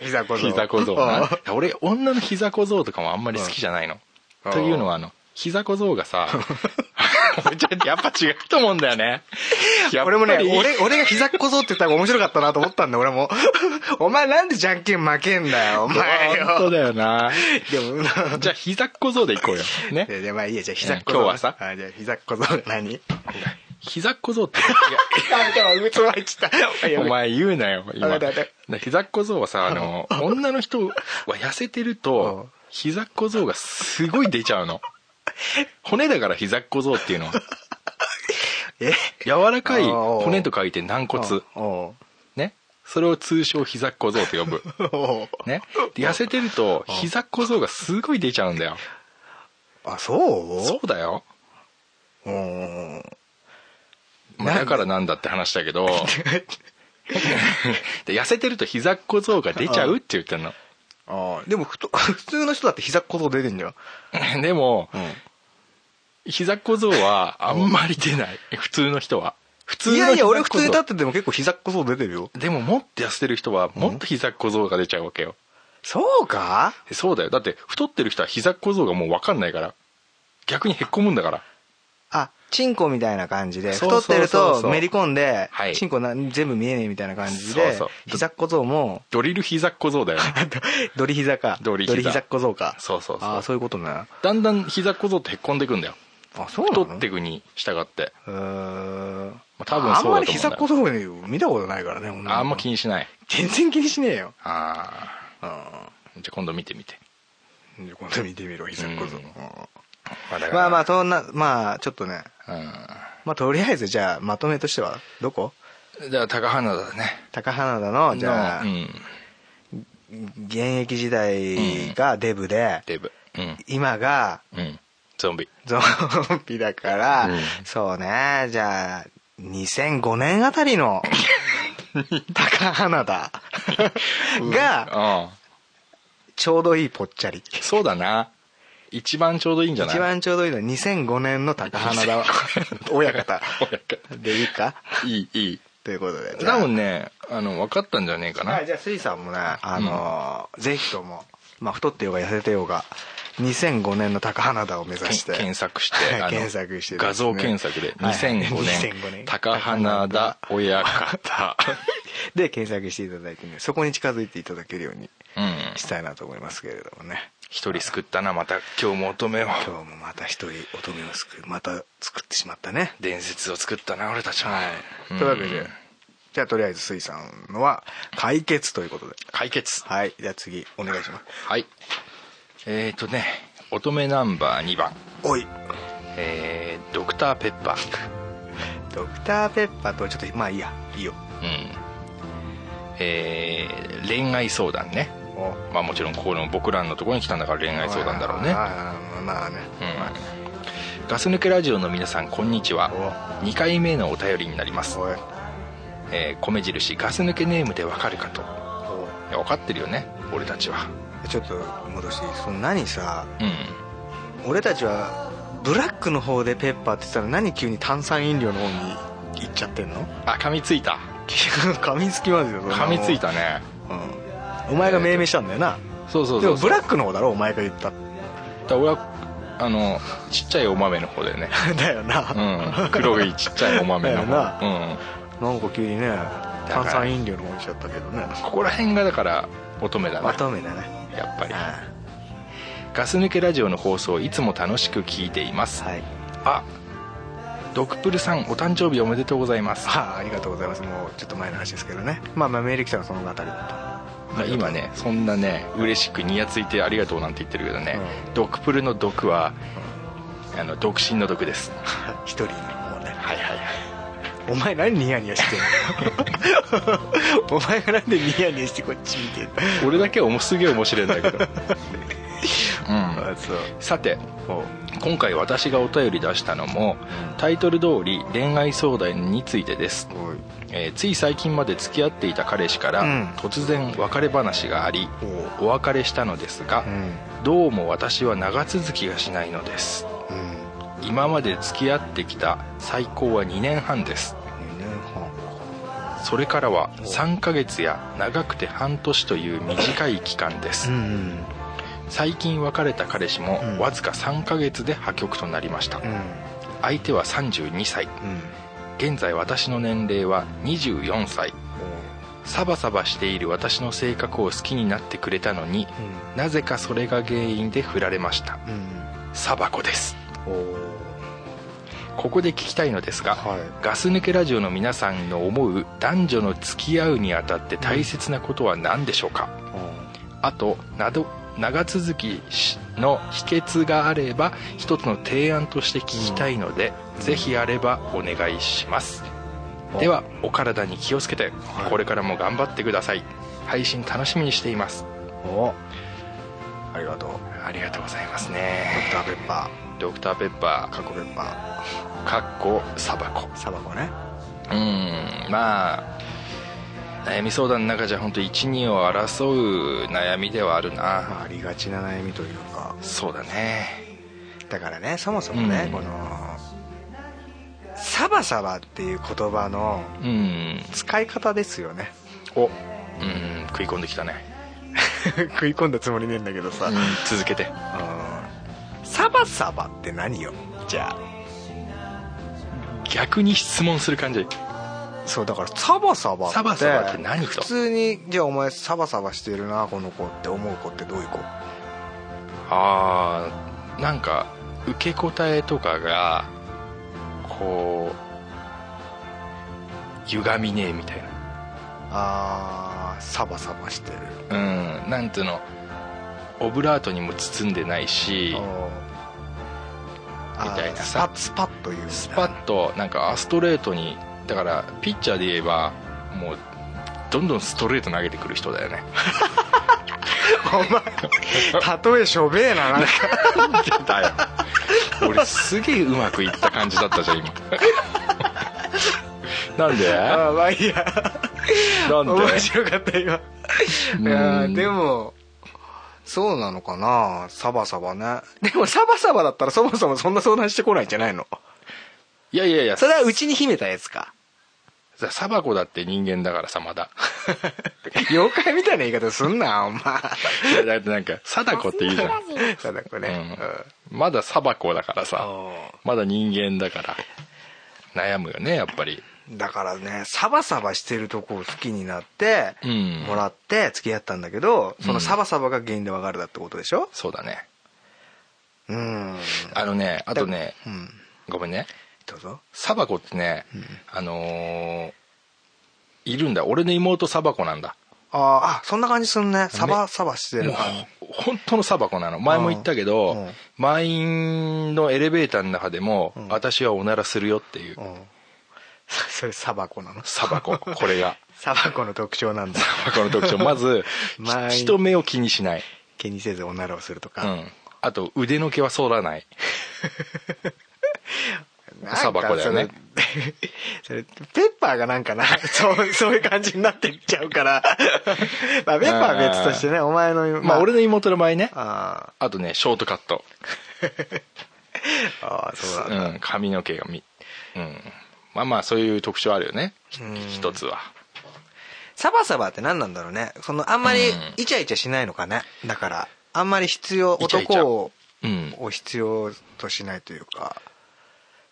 S3: 膝小僧
S4: 膝小僧
S3: お
S4: な
S3: う
S4: 俺女の膝小僧とかもあんまり好きじゃないの
S3: うん
S4: というのはあの膝小僧 がさちょっとやっぱ違うと思うんだよねやっ
S3: 俺
S4: ぱり
S3: もね俺俺が膝小僧って言ったら面白かったなと思ったんだ俺も お前なんでじゃんけん負けんだよお前
S4: 本当
S3: よ
S4: だよな
S3: でも
S4: じゃあ膝っ小僧でいこうよね
S3: いやじゃあまあいいやじゃあ膝小僧
S4: 今日はさ
S3: あじゃあ膝小僧何
S4: 膝っ小僧って
S3: あでもうつまいちゃ った
S4: いやお前言うなよ
S3: あ
S4: 今
S3: 待って待
S4: で膝っ小僧はさあ の女の人は痩せてる
S3: うん
S4: と膝っ小僧がすごい出ちゃうの骨だから膝っ小僧っていうのは
S3: え
S4: 柔らかい
S3: あー
S4: 骨と書いて軟骨
S3: おう
S4: ねそれを通称膝っ小僧と呼ぶ
S3: おう
S4: ねで痩せてると膝っ小僧がすごい出ちゃうんだよ
S3: あそう
S4: そうだよ
S3: うん
S4: まあだからなんだって話だけど で痩せてると膝っ小僧が出ちゃうって言ってんの
S3: あーでもふと 普通の人だって膝小僧出てんじゃん、
S4: でも膝っ小僧はあんまり出ない普通の人は普通の
S3: いやいや俺普通に
S4: 膝っ小僧
S3: 立ってても結構膝小僧出てるよ
S4: でももっと痩せてる人はもっと膝っ小僧が出ちゃうわけよ
S3: そうか
S4: そうだよだって太ってる人は膝っ小僧がもう分かんないから逆にへっこむんだから
S3: あチンコみたいな感じで
S4: そう
S3: 太
S4: そう
S3: ってる
S4: そう
S3: と
S4: そう
S3: めり込んで、
S4: はい
S3: チンコな全部見えねえみたいな感じで
S4: そうそう
S3: 膝小僧 も
S4: ドリル膝っ小僧だよね
S3: ドリ膝か
S4: ドリ膝
S3: 小僧か
S4: そうそうそう
S3: あーそういうことねあ
S4: だんだん膝っ小僧ってへっこんでくんだよ
S3: そうなの
S4: 太ってくに従って
S3: うーん
S4: あ多分そうだと思うんだよ
S3: あんまり膝小僧ね見たことないからね
S4: あんま気
S3: に
S4: にしない
S3: 全然気にしねえよ
S4: あ
S3: うん
S4: あじゃあ今度見てみて
S3: じゃあ今度見てみろ膝小僧
S4: うん
S3: うん
S4: まあだか
S3: ま
S4: ら
S3: あまあそんなまあちょっとね
S4: う
S3: まあとりあえずじゃあまとめとしてはどこ
S4: んじゃあ高花だね
S3: 高花田のじゃあ、
S4: うん
S3: 現役時代がデブで、
S4: デブうん
S3: 今が
S4: うんゾンビ
S3: ゾンビだから、
S4: うん
S3: そうねじゃあ2005年あたり の高花田が
S4: うん
S3: ちょうどいいぽっちゃり
S4: そうだな一番ちょうどいいんじゃない
S3: 一番ちょうどいいのは2005年の高花 だ 親方でいいか
S4: いいいい
S3: ということでじゃあ
S4: 多分ねあの分かったんじゃねえかな、
S3: はい、じゃあスイさんもね、あのーぜひとも、まあ、太ってようが痩せてようが2005年の高花田を目指して
S4: 検索して
S3: はい
S4: あの
S3: 検索してですね
S4: 画像検索で
S3: はい
S4: 2005年
S3: 2005年
S4: 高花田親方
S3: で検索していただいてねそこに近づいていただけるように
S4: うん
S3: したいなと思いますけれどもね
S4: 一人救ったなまた今日も乙女を
S3: 今日もまた一人乙女を救うまた作ってしまったね
S4: 伝説を作ったな俺たちは、
S3: はい、
S4: ん
S3: というわけでじゃあとりあえずスイさんのは解決ということで
S4: 解決
S3: はいじゃあ次お願いします
S4: はいえーとね乙女ナンバー2番
S3: おい
S4: えードクターペッパー
S3: ドクターペッパーとはちょっとまあいいやいいよ
S4: うんえー恋愛相談ね
S3: お
S4: まあもちろんここの僕らのところに来たんだから恋愛相談だろうね
S3: あーまあね、
S4: ガス抜けラジオの皆さんこんにちは2回目のお便りになります、
S3: おい
S4: えー米印ガス抜けネームでわかるかといや分かってるよね俺たちは
S3: ちょっと戻していいその何さ
S4: うん
S3: 俺たちはブラックの方でペッパーって言ってたら何急に炭酸飲料の方に行っちゃってんの
S4: あ噛みついた
S3: 噛みつきますよそんなも
S4: 噛
S3: ん
S4: みついたね
S3: うんお前が命名したんだよな、
S4: そうそう
S3: で
S4: そ
S3: も
S4: う
S3: ブラックの方だろお前が言った ん
S4: だから俺はあのちっちゃいお豆の方だよね
S3: だよな、
S4: うん黒いちっちゃいお豆の方
S3: だよ
S4: うん
S3: なんか急にね
S4: ら
S3: 炭酸飲料の方にしちゃったけどね
S4: ここら辺がだから乙女だな
S3: まとめだね
S4: やっぱり
S3: あ
S4: ガス抜けラジオの放送いつも楽しく聞いています、
S3: あはい
S4: あドクプルさんお誕生日おめでとうございます
S3: はあありがとうございますもうちょっと前の話ですけどねまあまあメール来たのはその辺りだ
S4: まあ今ねそんなね嬉しくにやついてありがとうなんて言ってるけどね、ドクプルの毒は、あの独身の毒です
S3: と一人の問題
S4: はいはいはい
S3: お前何ニヤニヤしてんのお前がなんでニヤニヤしてこっち見てんの
S4: 俺だけはもうすげえ面白いんだけど うん
S3: あそう
S4: さて今回私がお便り出したのもタイトル通り恋愛相談についてです、
S3: おい
S4: えーつい最近まで付き合っていた彼氏から、
S3: うん
S4: 突然別れ話がありお別れしたのですが、
S3: うん
S4: どうも私は長続きがしないのです
S3: うん
S4: 今まで付き合ってきた最高は2年半です
S3: 2年半
S4: それからは3ヶ月や長くて半年という短い期間です
S3: ん
S4: 最近別れた彼氏も
S3: うん
S4: わずか3ヶ月で破局となりました
S3: うん
S4: 相手は32歳
S3: うん
S4: 現在私の年齢は24歳サバサバしている私の性格を好きになってくれたのになぜかそれが原因で振られました
S3: うん
S4: サバコです
S3: おお
S4: ここで聞きたいのですが、
S3: はい
S4: ガス抜けラジオの皆さんの思う男女の付き合うにあたって大切なことは何でしょうか、あとなど長続きしの秘訣があれば一つの提案として聞きたいので、ぜひあればお願いします、ではお体に気をつけて
S3: い
S4: これからも頑張ってください配信楽しみにしています
S3: おありがとう
S4: ありがとうございます
S3: ド
S4: ね
S3: クターペッパ
S4: ドクターペッ
S3: ー
S4: パ
S3: カコペッパ
S4: ーかっこサバコ
S3: ーサバコね
S4: うんまあ悩み相談の中じゃ本当一二を争う悩みではあるな
S3: まあありがちな悩みというか
S4: そうだね
S3: だからねそもそもね、
S4: うん
S3: このサバサバっていう言葉の
S4: うん
S3: 使い方ですよね
S4: おうん食い込んできたね、
S3: 食い込んだつもりねえんだけどさ、
S4: うん続けて
S3: うんサバサバって何よじゃ
S4: 逆に質問する感じ
S3: あそうだからサバサバって
S4: サバサバって何と
S3: 普通にじゃあお前サバサバしてるなこの子って思う子ってどういう子
S4: あーなんか受け答えとかがこう歪みねえみたい
S3: あーサバサバしてる
S4: なうんなんていうのオブラートにも包んでないし
S3: おーあー
S4: みたいな
S3: ス
S4: さ
S3: パッスパッという
S4: スパッとなんかストレートにだからピッチャーで言えばもうどんどんストレート投げてくる人だよね
S3: お前例えしょべえななんか
S4: だよ 俺すげえうまくいった感じだったじゃん 今なんで
S3: あーまあいいや
S4: なんで
S3: 面白かった今いや
S4: うん
S3: ーでもそうなのかなサバサバねでもサバサバだったらそもそもそんな相談してこないんじゃないの
S4: いやいやいや
S3: それはうちに秘めたやつか
S4: さサバコだって人間だからさ まだ
S3: 妖怪みたいな言い方すんなお前
S4: いやだってなんか貞子って言うじゃん、
S3: そうだこれ、うん
S4: うん、まだサバコだからさ
S3: あ
S4: まだ人間だから悩むよねやっぱり
S3: ーだからねサバサバしてるとこを好きになって
S4: うん
S3: もらって付き合ったんだけどそうの
S4: ん
S3: サバサバが原因で別れたってことでしょ
S4: そうだね
S3: うん
S4: あのねあとね
S3: うん
S4: ごめんね
S3: どうぞ
S4: サバコってね、あのーいるんだ俺の妹サバコなんだ
S3: あーあそんな感じすんねサバサバして
S4: も
S3: る
S4: う
S3: 感じ
S4: 本当のサバコなの前も言ったけど、
S3: うん
S4: 満員のエレベーターの中でも、
S3: ん
S4: 私はおならするよっていう、
S3: うん そそれサバコなの
S4: サバコこれが
S3: サバコの特徴なんだ
S4: サバコの特徴まず
S3: 満員
S4: ひ人目を気にしない、
S3: 気にせずおならをすると
S4: う
S3: か、
S4: ん、あと腕の毛は剃らない
S3: なんか
S4: サバコだよね
S3: それ それペッパーがなんか なそうそういう感じになっていっちゃうから まあペッパーは別としてねお前の
S4: まあ俺の妹の場合ね
S3: あ
S4: あとねショートカット、
S3: ーあーそうなんだ、
S4: うん、髪の毛がみ、うん、まあまあそういう特徴あるよねひ
S3: うん
S4: 一つは
S3: サバサバって何なんだろうねそのあんまり
S4: うん
S3: イチャイチャしないのかねだからあんまり必要
S4: イチャイチャ
S3: 男を
S4: うん
S3: を必要としないというか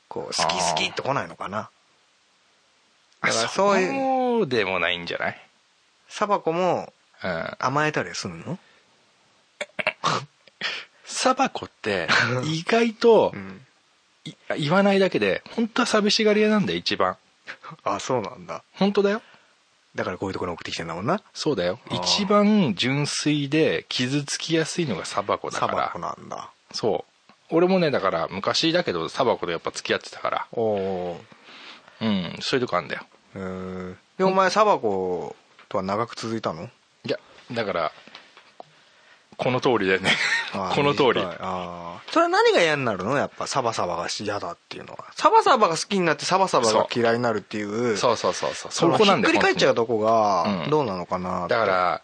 S3: こう好き
S4: あー
S3: 好きって来ないのかなだから
S4: そ
S3: そう
S4: う
S3: いう
S4: でもないんじゃない、
S3: サバコも
S4: うん、
S3: 甘えたりはするの
S4: サバコって 意外と
S3: うん
S4: い言わないだけで本当は寂しがり屋なんだよ一番
S3: あそうなんだ
S4: 本当だよ
S3: だからこういうところに送ってきてんだもんな
S4: そうだよ
S3: あー
S4: 一番純粋で傷つきやすいのがサバコだ
S3: サ
S4: か
S3: バ
S4: ら
S3: コなんだ
S4: そう俺もねだから昔だけどサバコとやっぱ付き合ってたから
S3: おお
S4: うんそういうとこあんだよ
S3: ーでお前サバコとは長く続いたの
S4: いやだからこの通りだよね
S3: あー
S4: この通り
S3: 短いあーそれは何が嫌になるのやっぱサバサバが嫌だっていうのはサバサバが好きになってサバサバが嫌いになるっていう
S4: そうそうそうそ
S3: そ
S4: うそ
S3: の
S4: こ
S3: ひ
S4: な
S3: っ
S4: んだ
S3: くり
S4: よ
S3: 返っちゃうとこが
S4: うん
S3: どうなのかなっ
S4: 本
S3: て
S4: 当にだから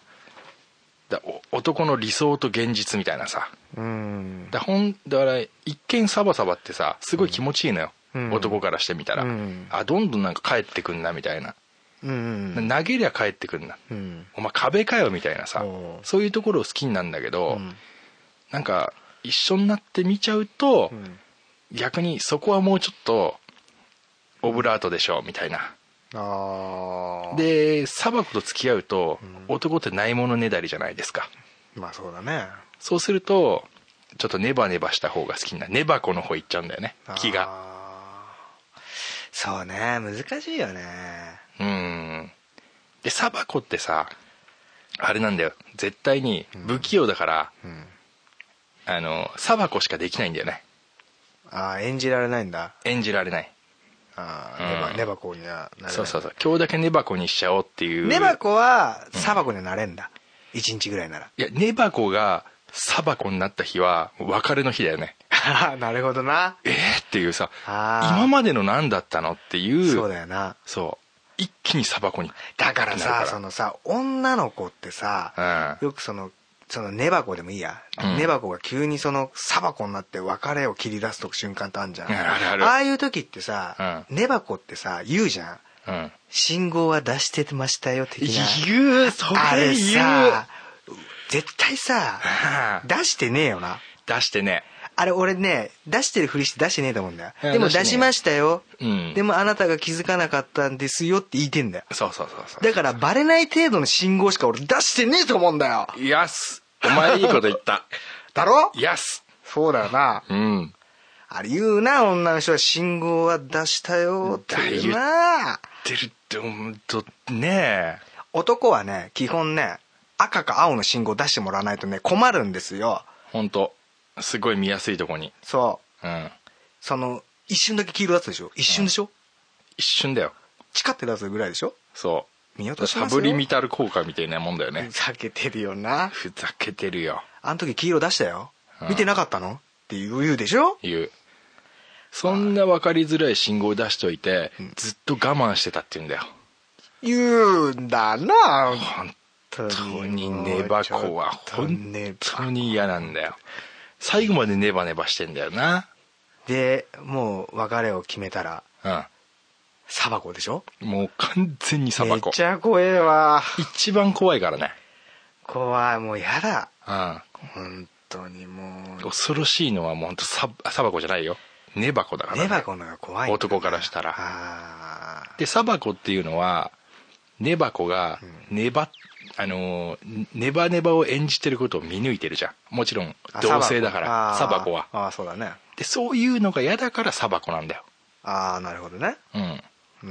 S4: だお男の理想と現実みたいなさ
S3: うん
S4: だほんだから一見サバサバってさすごい気持ちいいのよ、
S3: うん
S4: 男からしてみたら、
S3: うん
S4: あどんどんなんか帰ってくんなみたいな、
S3: うん
S4: 投げりゃ帰ってくんな、
S3: うん
S4: お前壁かよみたいなさ
S3: おう
S4: そういうところを好きになるんだけど、
S3: うん
S4: なんか一緒になって見ちゃうと、
S3: うん
S4: 逆にそこはもうちょっとオブラートでしょみたいな
S3: ああ
S4: でサバコと付き合うと、男ってないものねだりじゃないですか
S3: まあそうだね
S4: そうするとちょっとネバネバした方が好きになるネバコの方行っちゃうんだよね気が
S3: がそうね難しいよね
S4: うんでサバコってさあれなんだよ絶対に不器用だから、
S3: ん
S4: あのサバコしかできないんだよね
S3: ああ演じられないんだ
S4: 演じられない
S3: あ
S4: うん
S3: あ、ネバネバコにはなれない
S4: そうそうそう今日だけネバコにしちゃおうっていう
S3: ネバコはサバコにはなれんだ一日ぐらいなら
S4: いやネバコがサバコになった日はもう別れの日だよね
S3: ああ なるほどな
S4: えー、っていうさ
S3: あー
S4: 今までの何だったのっていう
S3: そうだよな
S4: そう一気にサバコに
S3: だから
S4: な
S3: さ
S4: る
S3: そのさ女の子ってさ
S4: うん
S3: よくそのそのネバコでもいいや、
S4: うん
S3: ネバコが急にそのサバコになって別れを切り出すと瞬間ってあるじゃん
S4: あるある
S3: ああいう時ってさ、ネバコってさ言うじゃん
S4: うん
S3: 信号は出してましたよ的な
S4: 言うそ
S3: あ
S4: れ
S3: れ
S4: 言う
S3: さ絶対さ
S4: あー
S3: 出してねえよな
S4: 出してね
S3: あれ俺ね出してるふりして出してねえと思うんだよ
S4: いや
S3: でも
S4: 出してね
S3: 出しましたよ、
S4: うん
S3: でもあなたが気づかなかったんですよって言いてんだよ
S4: そうそうそうそう
S3: だからバレない程度の信号しか俺出してねえと思うんだよ
S4: いやすお前いいこと言った
S3: だろ
S4: いやす
S3: そうだよな
S4: うん
S3: あれ言うな女の人は信号は出したよって言うな
S4: 出るって思うとね
S3: 男はね基本ね赤か青の信号出してもらわないとね困るんですよ
S4: え本当すごい見やすいとこに
S3: そう
S4: うん
S3: その一瞬だけ黄色出すでしょ一瞬でしょ、
S4: 一瞬だよ
S3: チカって出すぐらいでしょ
S4: そ
S3: 見落と
S4: う
S3: し
S4: サ
S3: ますよ
S4: ブリミタル効果みたいなもんだよね
S3: ふざけてるよな
S4: ふざけてるよ
S3: あの時黄色出したよ
S4: うん
S3: 見てなかったのって言うでしょ
S4: 言うそんな分かりづらい信号出しといてずっと我慢してたって言うんだよ
S3: 言うんだな
S4: 本
S3: 当
S4: 当にネバ子は本
S3: ね
S4: 当に嫌なんだよ最後までネバネバしてんだよな
S3: でもう別れを決めたらサバコでしょ
S4: うんもう完全にサバ
S3: め
S4: コ
S3: っちゃ怖えわ
S4: 一番怖いからね
S3: 怖いもうやだ
S4: う
S3: 本当にも
S4: ん恐ろしいのはもう本当ササバコじゃないよネバコだか
S3: う
S4: ら、
S3: ネ
S4: ね、
S3: バコの方が怖いんだ
S4: 男からしたら
S3: あー
S4: でサバコっていうのはネバコがネバ、あのーネバネバを演じてることを見抜いてるじゃんもちろん
S3: あ
S4: 同性だからサ
S3: サバ
S4: バコ
S3: コ
S4: は
S3: あーあーそうだね
S4: でそういうのが嫌だからサバコなんだよ
S3: ああなるほどね
S4: うん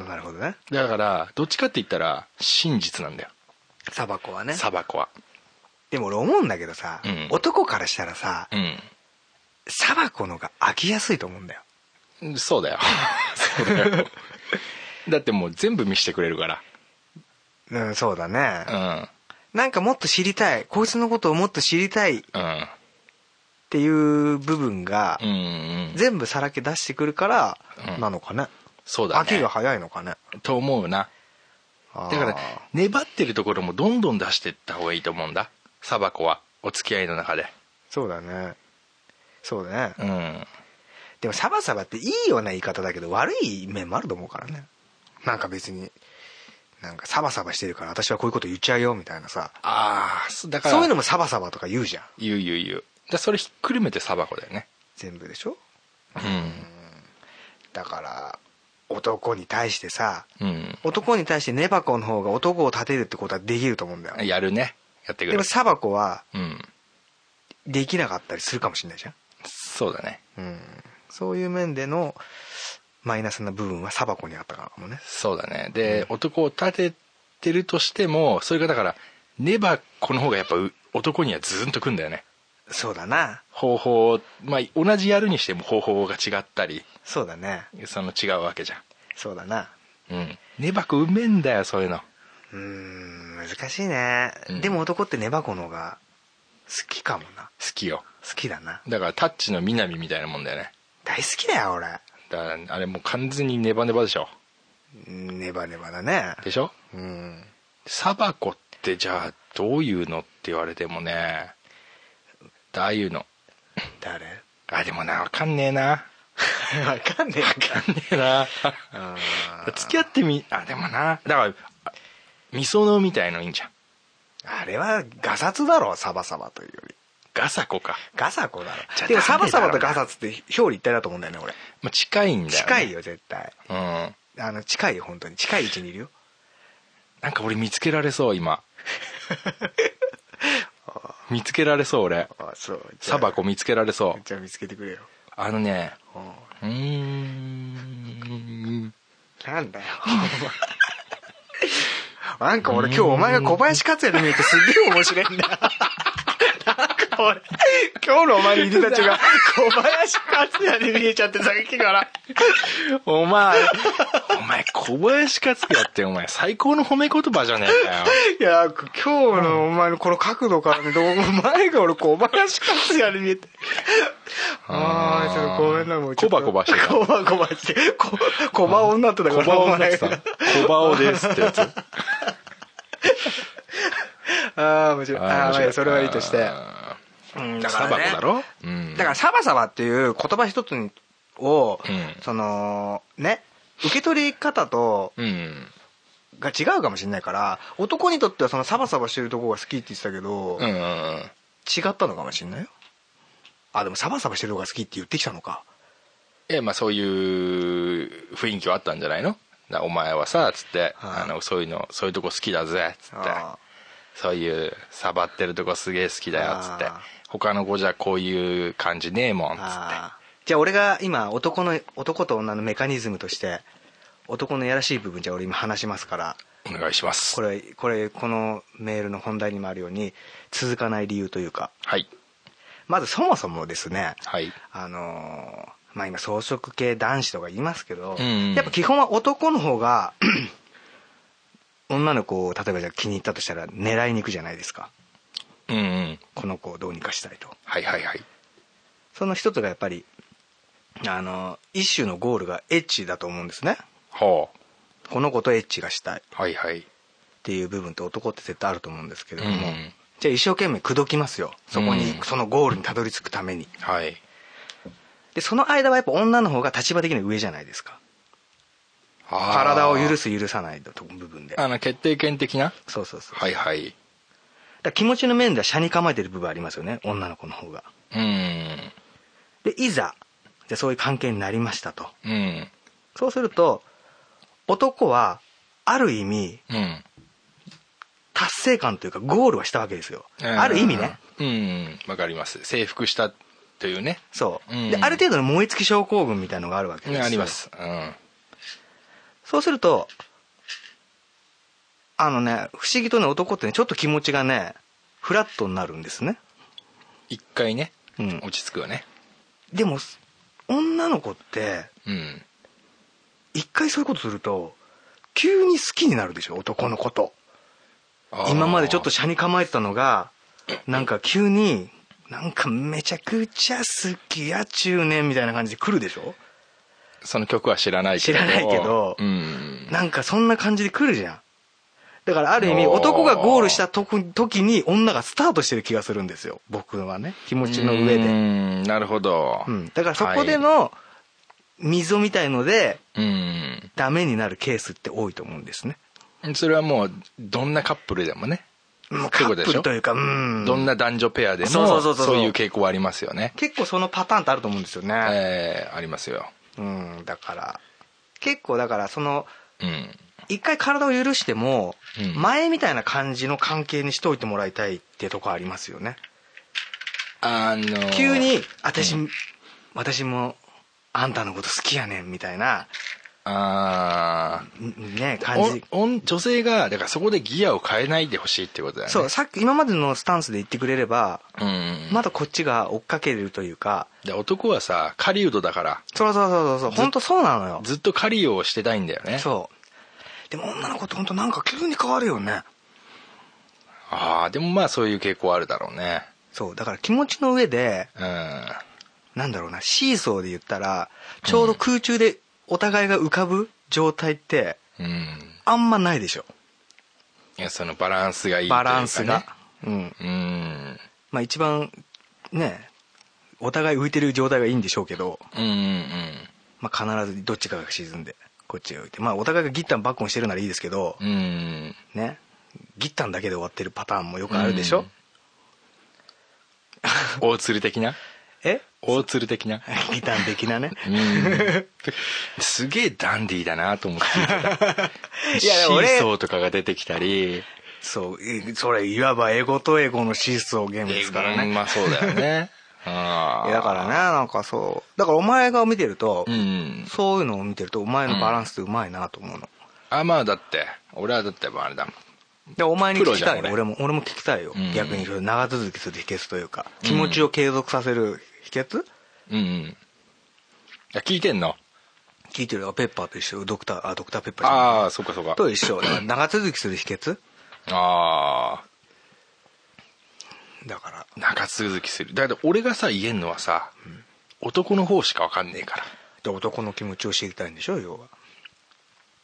S3: なるほどね
S4: だからどっちかって言ったら真実なんだよ
S3: サバコはね
S4: サバコは
S3: でも俺思うんだけどさ、
S4: うん
S3: 男からしたらさ
S4: う
S3: サバコのが飽きやすいと思うんだよ
S4: んそ うだよそうだよだってもう全部見せてくれるか
S3: うんそうだね、
S4: ら
S3: なんかもっと知りたいこいつのことをもっと知りたいっ
S4: うんうん
S3: ていう部分が、
S4: うんうん
S3: 全部さらけ出してくるから
S4: うん
S3: なのかね、
S4: そうだ
S3: 飽き
S4: ね
S3: が早いのかね
S4: と思うな
S3: だ
S4: だから粘ってるところもどんどん出してった方がいいと思うんだサバコはお付き合いの中で
S3: そうだねそうだね、
S4: うん
S3: でもサバサバっていいような言い方だけど悪い面もあると思うからねなんか別になんかサバサバしてるから私はこういうこと言っちゃうよみたいなさ
S4: ああだから
S3: そういうのもサバサバとか言うじゃん
S4: 言う言う言うだそれひっくるめてサバコだよね
S3: 全部でしょ
S4: う
S3: だから男に対してさ
S4: ん
S3: 男に対してネバコの方が男を立てるってことはできると思うんだ
S4: うん
S3: よ
S4: やるねやってく
S3: で
S4: る
S3: もサバコは
S4: うん
S3: できなかったりするかもしれないじゃん
S4: そうだね
S3: うん、そういう面でのマイナスな部分はサバコにあったかもね
S4: そうだねで、男を立ててるとしてもそれがだからネバコの方がやっぱう男にはズーンとくんだよね
S3: そうだな
S4: 方法をまあ同じやるにしても方法が違ったり
S3: そうだね
S4: その違うわけじゃん
S3: そうだな
S4: うんネバコうめえんだよそういうの
S3: うーん難しいね、
S4: うん
S3: でも男ってネバコの方が好きかもな
S4: 好きよ
S3: 好きだな
S4: だからタッチの南みたいなもんだよね
S3: 大好きだよ俺
S4: だからあれもう完全にネバネバでしょ
S3: うんネバネバだね
S4: でしょ
S3: うん
S4: サバコってじゃあどういうのって言われてもねああいうの
S3: 誰
S4: あでもなわかんねえな
S3: わかんねえ
S4: わかんねえな
S3: あ
S4: 付き合ってみあでもなだからあ味噌のみたいのいいんじゃん
S3: ーあれはガサツだろサバサバというより
S4: ガサコか、
S3: ガサコだ
S4: じゃあ
S3: ろでもサバサバと
S4: 誰だろう
S3: ガ
S4: な
S3: サツって表裏一体だと思うんだよね俺
S4: まあ、近いんだよ、ね、
S3: 近いよ絶対
S4: うんな
S3: あの近いよ本当に近い位置にいる よ
S4: んか俺見つけられそう今見つけられそう俺
S3: あそう
S4: サバコ見つけられそう
S3: じゃあ見つけてくれよ
S4: あのね
S3: うん
S4: うーん
S3: なんだよお前なんか俺今日お前が小林克也に見えてすげえ面白いんだなんか俺今日のお前のいでたちが小林克也に見えちゃってさっきから
S4: お前お前小林克也ってお前最高の褒め言葉じゃねえかよ
S3: いや今日のお前のこの角度からねどうも前が俺小林克也に見えてああちょっとごめんなもうちょっと
S4: コバコバしてた
S3: コバコバしてこコバ女ってだから
S4: 小バオになって
S3: お前
S4: た
S3: が
S4: 小バオですって やつ
S3: ああ、もちろん。ああ、
S4: 面
S3: ま
S4: 白
S3: あ、それはいいとして。
S4: あ
S3: うん
S4: ーサバコだろ、うん
S3: だから、サバサバっていう言葉一つにを、
S4: うん
S3: その、ね、受け取り方と、
S4: うん
S3: が違うかもしれないから、男にとってはそのサバサバしてるとこが好きって言ってたけど、
S4: うんう
S3: 違
S4: んうん
S3: ったのかもしれないよ。あ、でもサバサバしてるとこが好きって言ってきたのか。
S4: いやまあそういう雰囲気はあったんじゃないのなお前はさつって、
S3: はい
S4: あのそういうのそういうとこ好きだぜつって
S3: あ
S4: そういうサバってるとこすげえ好きだよつって
S3: あー
S4: 他の子じゃこういう感じねえもんつって
S3: あーじゃあ俺が今男の男と女のメカニズムとして男のやらしい部分じゃあ俺今話しますから
S4: お願いします
S3: これこれこのメールの本題にもあるように続かない理由というか
S4: はい
S3: まずそもそもですね
S4: はい
S3: あのーまあ今草食系男子とか言いますけど、
S4: うんうん
S3: やっぱ基本は男の方が女の子を例えばじゃあ気に入ったとしたら狙いに行くじゃないですか
S4: うんうん
S3: この子をどうにかしたいと
S4: はいはいはい
S3: その一つがやっぱりあの一種のゴールがエッチだと思うんですね
S4: ほ
S3: この子とエッチがしたいう
S4: はいはい
S3: っていう部分って男って絶対あると思うんですけれども、
S4: うん
S3: じゃあ一生懸命口説きますよそこに、
S4: うん
S3: そのゴールにたどり着くために
S4: はい
S3: でその間はやっぱ女の方が立場的に上じゃないですか
S4: あー
S3: 体を許す許さないのと部分で
S4: あの決定権的な
S3: そうそうそう、
S4: はいはい
S3: だから気持ちの面では車に構えてる部分ありますよね女の子の方が
S4: うん
S3: でいざじゃあそういう関係になりましたと
S4: うん
S3: そうすると男はある意味
S4: うん
S3: 達成感というかゴールはしたわけですよ、
S4: うん
S3: ある意味ね
S4: うんわかります征服したというね
S3: そう、
S4: うん
S3: である程度の燃え尽き症候群みたいのがあるわけですよ
S4: ありますうん
S3: そうするとあのね不思議とね男ってねちょっと気持ちがねフラットになるんですね
S4: 一回ね
S3: うん
S4: 落ち着くわね
S3: でも女の子って
S4: うん
S3: 一回そういうことすると急に好きになるでしょ男のこと
S4: あー
S3: 今までちょっと車に構えてたのがなんか急になんかめちゃくちゃ好きや中年みたいな感じで来るでしょ
S4: その曲は知らないけ
S3: 知
S4: ど
S3: らないけど
S4: うん
S3: なんかそんな感じで来るじゃんだからある意味
S4: おー
S3: 男がゴールしたとこ時に女がスタートしてる気がするんですよ僕はね気持ちの上
S4: う
S3: で、
S4: んなるほど
S3: うん、だからそこでの溝みたいので
S4: はいうん
S3: ダメになるケースって多いと思うんですね
S4: それはもうどんなカップルでもね
S3: もう
S4: て
S3: カ
S4: こと
S3: ッ
S4: で
S3: プ
S4: しょ
S3: ルというかうん
S4: どんな男女ペアでも
S3: そうそうそうそう
S4: そういう傾向はありますよね
S3: 結構そのパターンってあると思うんですよね、
S4: えーありますよ
S3: うんだから結構だからその
S4: うん
S3: 一回体を許しても
S4: うん
S3: 前みたいな感じの関係にしといてもらいたいってとこありますよね
S4: あの
S3: 急に「私、私もあんたのこと好きやねん」みたいな
S4: あー
S3: んね感じ
S4: おん女性がだからそこでギアを変えないでほしいってことだよね
S3: そうさっき今までのスタンスで言ってくれれば
S4: うん、
S3: まだこっちが追っかけるというか
S4: で男はさ狩人だから
S3: そうそうそうそうそう本当そうなのよ
S4: ずっと狩りをしてたいんだよね
S3: そうでも女の子って本当なんか急に変わるよね
S4: ああでもまあそういう傾向あるだろうね
S3: そうだから気持ちの上で
S4: うん
S3: なんだろうな、シーソーで言ったら、ちょうど空中でお互いが浮かぶ状態って、
S4: うん
S3: あんまないでしょ。
S4: いやそのバランスがいいという
S3: バ
S4: かね
S3: ランスが。うん。
S4: うん
S3: まあ一番、ね、お互い浮いてる状態がいいんでしょうけど、
S4: うんうん
S3: まあ必ずどっちかが沈んで、こっちが浮いて。まあお互いがギッタンバッコンしてるならいいですけど
S4: う、ん
S3: ね、ギッタンだけで終わってるパターンもよくあるでしょ。
S4: 大鶴的 な
S3: え
S4: 大鶴的な
S3: ギタン的なね。
S4: うんすげえダンディーだなと思って 聞いてた
S3: いやでも俺
S4: シーソーとかが出てきたり
S3: そう、いそれいわばエゴとエゴのシーソーゲームですからね。
S4: うんまあそうだよ ねあ
S3: い
S4: あ
S3: やだからねなんかそうだからお前が見てると、
S4: うん
S3: そういうのを見てるとお前のバランスってうまいなと思うの、
S4: あまあだって俺はだってあれだもん
S3: でお前に聞きたい
S4: プロじゃん
S3: 俺も俺も聞きたいよ、
S4: うん
S3: 逆にそれ長続きする秘訣というか気持ちを継続させる秘訣
S4: うんうんいや聞いてんの
S3: 聞いてるよペッパーと一緒ドクターあドクターペッパーじゃない
S4: ああそっかそっか
S3: と一緒だから長続きする秘訣
S4: ああ
S3: だから
S4: 長続きするだって俺がさ言えんのはさ、男の方しか分かんねえから
S3: で男の気持ちを知りたいんでしょ要はだか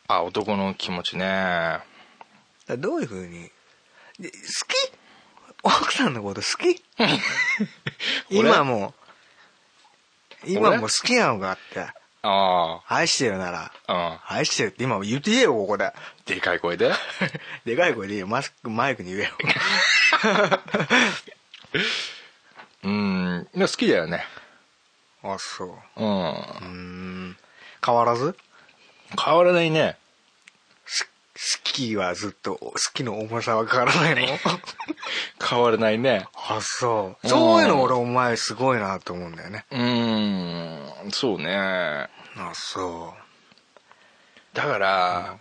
S4: あ男の気持ちね
S3: らどういうふうにで好き奥さんのこと好き
S4: 俺
S3: 今も今
S4: 俺
S3: も好きなのがあって
S4: あ
S3: 愛してるなら
S4: あ
S3: 愛してるって今言ってえよ、ここで。
S4: うんでかい 声で
S3: でかい声でいいよ。マスク、マイクに言え よ。
S4: うんいや好きだよね
S3: あ、そう。
S4: うん
S3: うーん。変わらず好
S4: 変わらないね
S3: きはずっと、好きの重さは変わら ないの
S4: 変わらないね
S3: あ、そうう。
S4: ん
S3: そういうの俺お前すごいなと思うんだよね。
S4: うんそうね
S3: あ、そ
S4: だから、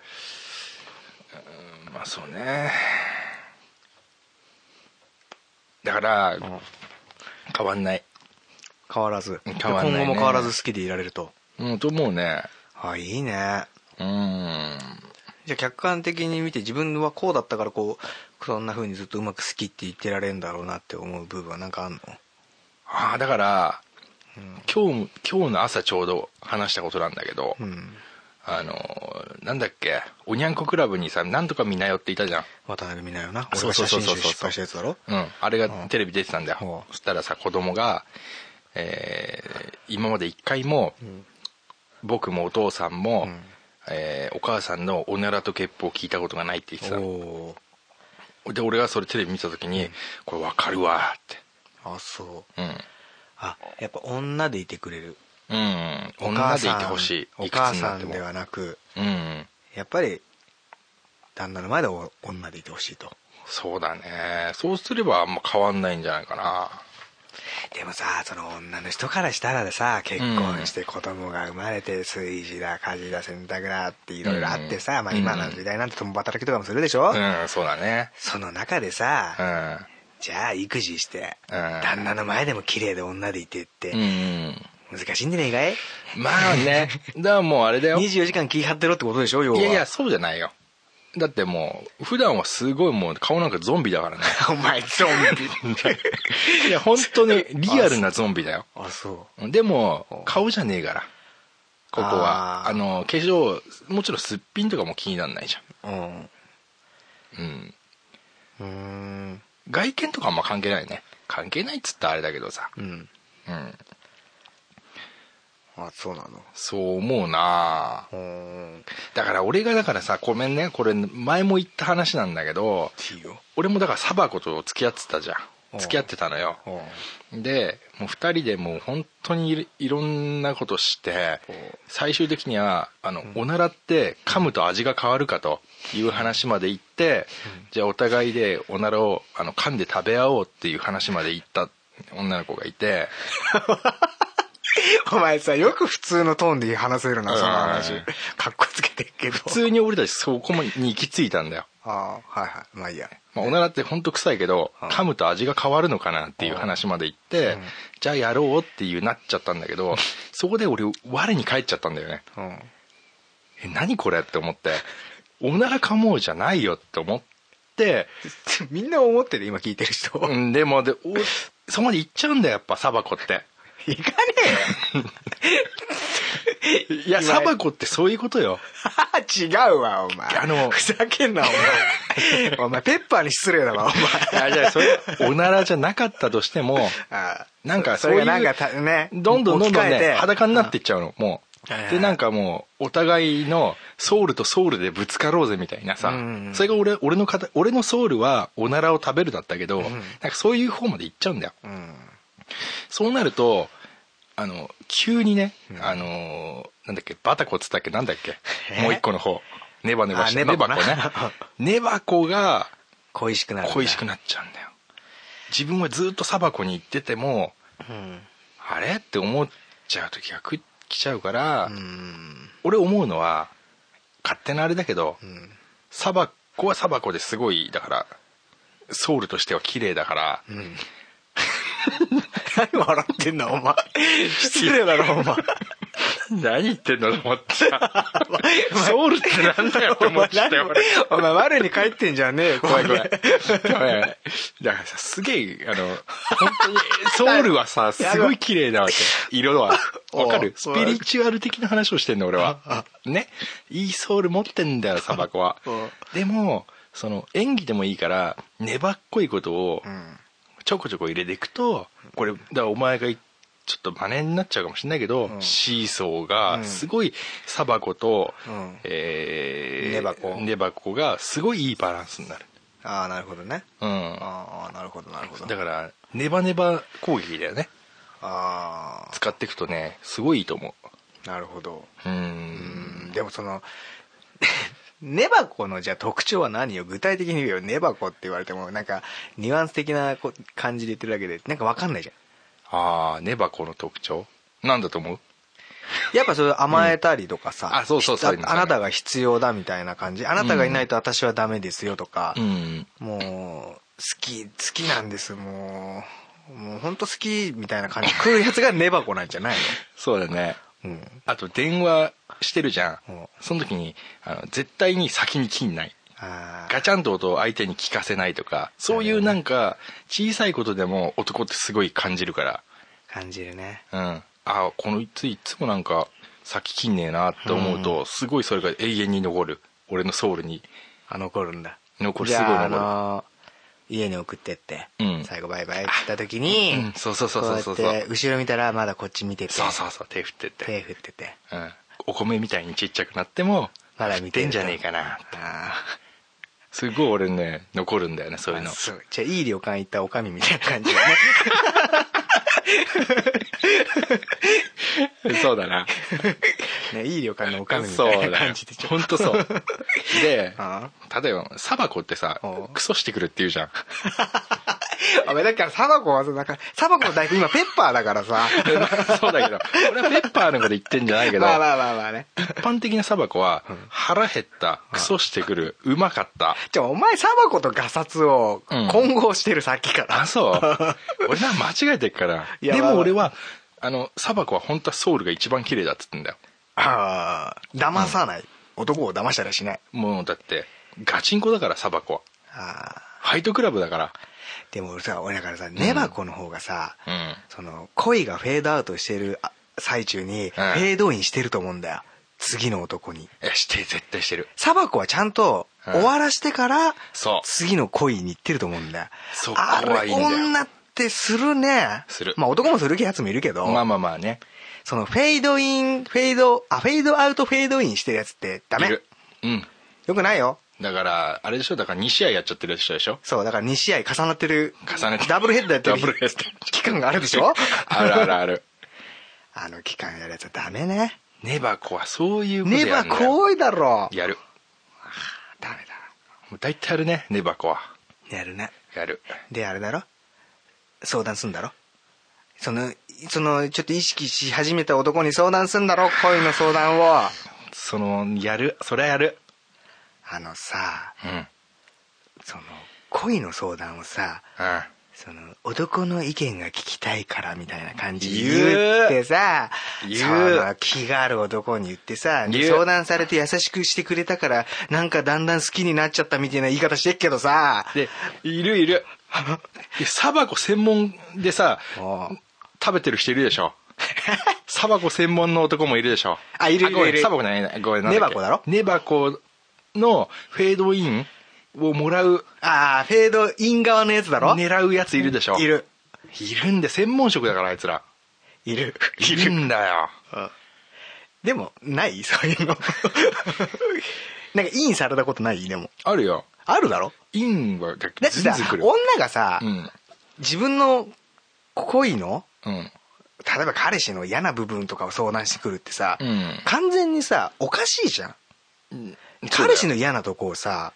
S4: うん、まあそうねだから、変わんない、
S3: う。変わらず。
S4: 変わんないね
S3: 今後も変わらず好きでいられると。
S4: うん、と思うね
S3: あ、いいね。
S4: うん
S3: じゃあ客観的に見て自分はこうだったからこう、そんな風にずっとうまく好きって言ってられるんだろうなって思う部分はなんかあんの
S4: ああだから、今日も今日の朝ちょうど話したことなんだけど、
S3: うん。
S4: あのなんだっけおにゃんこクラブにさなんとかみんな寄っていたじゃん
S3: 渡辺美奈よな俺
S4: そう
S3: が
S4: そ
S3: 写
S4: うそう
S3: 真
S4: そう
S3: 集失敗したやつだろ
S4: うん、あれがテレビ出てたんだよ、
S3: う
S4: そしたらさ子供が、えー今まで一回も、僕もお父さんも、
S3: うん
S4: えーお母さんのおならとゲップを聞いたことがないって言って
S3: おー
S4: たので俺がそれテレビ見た時に、これ分かるわ
S3: あそう
S4: ーって
S3: あやっぱ女でいてくれる
S4: うん、うん、
S3: お
S4: 女
S3: 母
S4: でい
S3: さん
S4: てほしい
S3: お
S4: いくつ
S3: 母
S4: に
S3: さ
S4: なって
S3: ん
S4: も
S3: ではなく
S4: うん
S3: やっぱり旦那の前でお女でいてほしいと
S4: そうだねそうすればあんま変わんないんじゃないかな
S3: でもさその女の人からしたらさ結婚して子供が生まれて炊事だ家事だ洗濯だっていろいろあってさ、
S4: うん
S3: まあ、今の時代なんて共働きとかもするでしょ、
S4: うんそうだね
S3: その中でさ、
S4: うん
S3: じゃあ育児して、
S4: うん
S3: 旦那の前でも綺麗で女でいてって、
S4: うん
S3: 難しいんでねえかい
S4: ま あねだからもうあれだよ
S3: ?24 時間気張ってろってことでしょ要は。
S4: いやいや、そうじゃないよ。だってもう、普段はすごいもう顔なんかゾンビだからね。
S3: お前ゾンビ。
S4: いや、本当にリアルなゾンビだよ。
S3: あ、そ
S4: でも、顔じゃねえから。ここ
S3: あ
S4: は。
S3: ー
S4: あの、化粧、もちろんすっぴんとかも気にならないじ
S3: う。うん。
S4: ゃん。うん。
S3: うーん。
S4: 外見とかあんま関係ないね。関係ないっつったらあれだけどさ。
S3: うん。
S4: うん。
S3: あ、そうなの。
S4: そう思うな
S3: うーん。
S4: だから俺がだからさ、ごめんね。これ前も言った話なんだけど、
S3: いいよ。
S4: 俺もだからサバコと付き合ってたじゃ
S3: うん
S4: ん。付き合ってたのよ。
S3: うん。
S4: でもう2人でもう本当にいろいろんなことして
S3: おう
S4: 最終的にはあの、おならって噛むと味が変わるかという話まで行って、じゃあお互いでおならをあの噛んで食べ合おうっていう話まで行った女の子が いて
S3: お前さ、よく普通のトーンで話せるな、その話
S4: うん。
S3: かっこつけてるけど。
S4: 普通に俺たちそこに行き着いたんだよ、
S3: ああ、はいはい。まあいいや。
S4: まあ、おならって本当臭いけど
S3: うん
S4: 噛むと味が変わるのかなっていう話まで行って、
S3: うん
S4: じゃあやろうっていうなっちゃったんだ けどそこで俺我に返っちゃったんだよね
S3: うん。
S4: え何これって思っておならかもうじゃないよって思って、
S3: みんな思ってる、今聞いてる人。
S4: うん、でもでおそこまで行っちゃうんだよやっぱサバコって
S3: いかね
S4: いやサバコってそういうこ とよ
S3: え よ。違うわ、お前。
S4: あの
S3: ふざけんな、お前。お 前、ペッパーに失礼だわ、お前。
S4: いやじゃあそれおならじゃなかったとしても
S3: ああ
S4: なんか
S3: そ
S4: そういう
S3: れがなんかたね
S4: どんどんどんどん
S3: 置き換えて
S4: ね裸になっていっちゃうのも
S3: はいはいう
S4: でなんかもうお互いのソウルとソウルでぶつかろうぜみたいなさ
S3: うん
S4: それが俺俺のかた俺のソウルはおならを食べるだったけどなんかそういう方まで行っちゃうんだよ
S3: うん
S4: そうなるとあの急にね、あのなんだっけバタコっつったっけなんだっけ
S3: え
S4: もう一個の方ネバネバして
S3: あネバコな
S4: ね ネバコが
S3: 恋しくなるんだ
S4: 恋しくなっちゃうんだよ自分はずっとサバコに行ってても
S3: うん
S4: あれって思っちゃう時が来来ちゃうから、
S3: うん
S4: 俺思うのは勝手なあれだけど、
S3: ん
S4: サバコはサバコですごいだからソウルとしては綺麗だから、
S3: うん何笑ってんだお前失礼だろお前
S4: 何言ってんのと思った。 ソウルってなんだよって思っちゃったよ、俺。
S3: お前我に返ってんじゃねえよ
S4: 怖い怖い。ごめんだからさ、すげえ、あの、本当に、ソウルはさ、すごい綺麗なわけ。色は。わかるス
S3: おう
S4: ピリチュアル的な話をしてんの、俺は。ね。いいソウル持ってんだよ、サバコは
S3: おう。
S4: でも、その、演技でもいいから、粘っこいことを
S3: ん、
S4: ちょこちょこ入れていくと、これ、だからお前がい、ちょっと真似になっちゃうかもしれないけど、シーソーが、すごい、サバコと、
S3: うん
S4: えー
S3: ネバコ
S4: ネバコが、すごいいいバランスになる。
S3: ああなるほどね
S4: うん。
S3: ああなるほどなるほど
S4: だからネバネバ攻撃だよね
S3: あ
S4: 使っていくとねすごいいいと思
S3: あなるほど
S4: うう
S3: うんんでもその ネバコのじゃあ特徴は何よ具体的に言うよネバコって言われてもなんかニュアンス的なこ感じで言ってるだけでなんかわかんないじゃん
S4: ああネバコの特徴なんだと思う
S3: やっぱそれ甘えたりとかさ、
S4: うんあそうそうそういうの
S3: ああなたが必要だみたいな感じあなたがいないと私はダメですよとか、
S4: うん
S3: もう好き好きなんですもうもう本当好きみたいな感じ来るやつがネバコなんじゃない
S4: そうだね
S3: の、うん、
S4: あと電話してるじゃ
S3: う
S4: ん、
S3: ん
S4: その時にあの絶対に先に切んない
S3: あ
S4: ガチャンと音を相手に聞かせないとかそういうなんか小さいことでも男ってすごい感じるから
S3: 感じるね
S4: うんああこのいついつもなんか先きんねえなって思うと、すごいそれが永遠に残る俺のソウルに
S3: あ残るんだ
S4: 残る
S3: じゃあ
S4: すごい残る
S3: あの家に送ってって、
S4: うん
S3: 最後バイバイって言った時に、
S4: うんそうそうそうそうそう
S3: こうやって後ろ見たらまだこっち見てて
S4: そうそうそう手振ってって
S3: 手振ってて
S4: うん、お米みたいにちっちゃくなっても
S3: まだ
S4: 振っ
S3: 見て
S4: て
S3: る
S4: んじゃねえかな
S3: あ
S4: すごい俺ね残るんだよねそういう
S3: あ
S4: の
S3: そうじゃあいい旅館行ったおかみみたいな感じ だね
S4: そうだな
S3: ねいい旅館のおかみみ
S4: そう
S3: たい
S4: だよ
S3: な感じでちょっ
S4: 本当そうで
S3: あ
S4: 例えばサバコってさ
S3: おう
S4: クソしてくるって言うじゃん
S3: とお前だからサバコはさなんかサバコの大福今ペッパーだから さ
S4: そうだけど俺はペッパーのこと言ってんじゃないけど
S3: まあまあまあまあね
S4: 一般的なサバコは腹減ったクソしてくるうまかった
S3: じゃあお前サバコとガサツを
S4: うん
S3: 混合してるさっきから、
S4: あそう俺な間違えてっから
S3: いや
S4: で
S3: まあ
S4: も
S3: まあ
S4: 俺はあのサバコは本当はソウルが一番綺麗だっつってんだよ
S3: ああ騙さない、男を騙したりはしない
S4: もうだってガチンコだからサバコは
S3: ああ
S4: ファイトクラブだから
S3: でも俺さ俺だからさネバコの方がさ、
S4: うん
S3: その恋がフェードアウトしてるあ最中にフェードインしてると思うんだよ次の男に
S4: えして絶対してる
S3: サバコはちゃんと
S4: うん
S3: 終わらしてから
S4: そう
S3: 次の恋に行ってると思うんだよ
S4: そこ
S3: あ
S4: はい
S3: れ
S4: いんだよ
S3: 女ってするね
S4: する
S3: まあ男もするやつもいるけど、
S4: まあまあまあね
S3: そのフェードインフェードあフェードアウトフェードインしてるやつってダ
S4: い
S3: メ
S4: るうん
S3: よくないよ
S4: だからあれでしょだから2試合やっちゃってる人でしょ
S3: そうだから2試合重なってる
S4: 重ねて
S3: ダブルヘッダーやってる
S4: ダブルヘッダー
S3: 期間があるでしょ
S4: あるあるある
S3: あの期間やるやつはダメね
S4: ネバコはそういうことや
S3: ネ
S4: るんだよ
S3: バ怖いだろ
S4: やる
S3: ダメ
S4: もう大体やるねネバコは
S3: だやるね
S4: やる
S3: であれだろ相談すんだろそのそのちょっと意識し始めた男に相談すんだろ恋の相談を
S4: そのやるそれはやる
S3: あのさ
S4: うんうん
S3: その恋の相談をさその男の意見が聞きたいからみたいな感じで
S4: 言
S3: 言
S4: う
S3: ってさ
S4: 言う
S3: その気がある男に言ってさで
S4: 言う
S3: 相談されて優しくしてくれたからなんかだんだん好きになっちゃったみたいな言い方してっけどさ
S4: でいるいる いやサバコ専門でさ
S3: もう
S4: 食べてる人いる でしょサバコ専門の男もいるでしょ
S3: あいるいる
S4: ごめん
S3: いる
S4: サバコじゃないごめんなんっ
S3: ネ
S4: け
S3: バコだろ
S4: ネバコのフェードインをもらう
S3: ああ、フェードイン側のやつだろ
S4: 狙うやついるでしょ
S3: いる。
S4: いるんで専門職だからあいつら
S3: いる。
S4: いるんだよ
S3: でも、ない そういうの。なんか、インされたことないでも。
S4: あるよ
S3: あるだろ
S4: インは
S3: だ
S4: だ
S3: って
S4: ず
S3: さ
S4: んずん来、る
S3: 女がさ、
S4: うん
S3: 自分の恋の、
S4: うん
S3: 例えば彼氏の嫌な部分とかを相談してくるってさ、
S4: うん
S3: 完全にさ、おかしいじゃん。彼氏の嫌なとこをさ、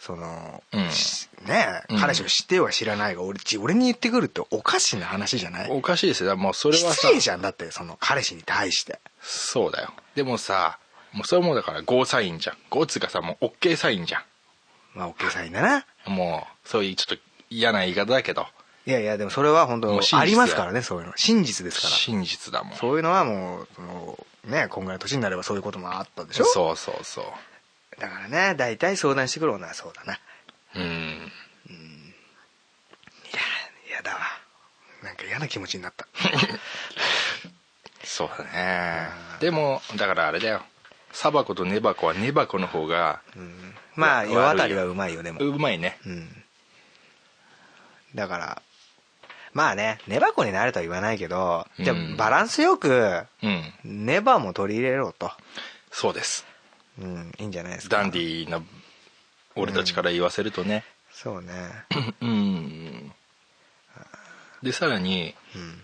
S3: その、
S4: うん
S3: しねえ
S4: うん
S3: 彼氏を知っては知らないが、俺、ち俺に言ってくるっておかしな話じゃない
S4: おかしいですよもうそれはさ
S3: 失礼じゃん、だって、その彼氏に対して。
S4: そうだよでもさもうそれはもうだからゴーサインじゃんゴーっつうかさもうオッケーサインじゃ
S3: まあ、OK サインだな。
S4: んもうそういうちょっと嫌な言い方だけど
S3: いやいや、でもそれは本
S4: もう
S3: 当
S4: 真実だよ
S3: ありますからね、そういうの。真実ですから。
S4: 真実だもん
S3: そういうのはもう、そのね、今回の年になればそういうこともあったでしょ
S4: そうそうそう
S3: だからね、大体相談してくる女はそうだな。い
S4: うん
S3: や、嫌だわ。なんか嫌な気持ちになった。
S4: そうだねでもだからあれだよサバコとネバコはネバコの方が
S3: うん まあ、
S4: い
S3: 世
S4: や悪いよ
S3: 渡りはうまいよ、でも。
S4: うまいね
S3: うん。だから、まあね、ネバコになれとは言わないけど、じゃあ
S4: うん
S3: バランスよく、
S4: うん
S3: ネバも取り入れろと。
S4: そうです
S3: うん、いいんじゃないですか。
S4: ダンディーな俺たちから言わせるとね
S3: そうね。
S4: うん、でさらに
S3: うん。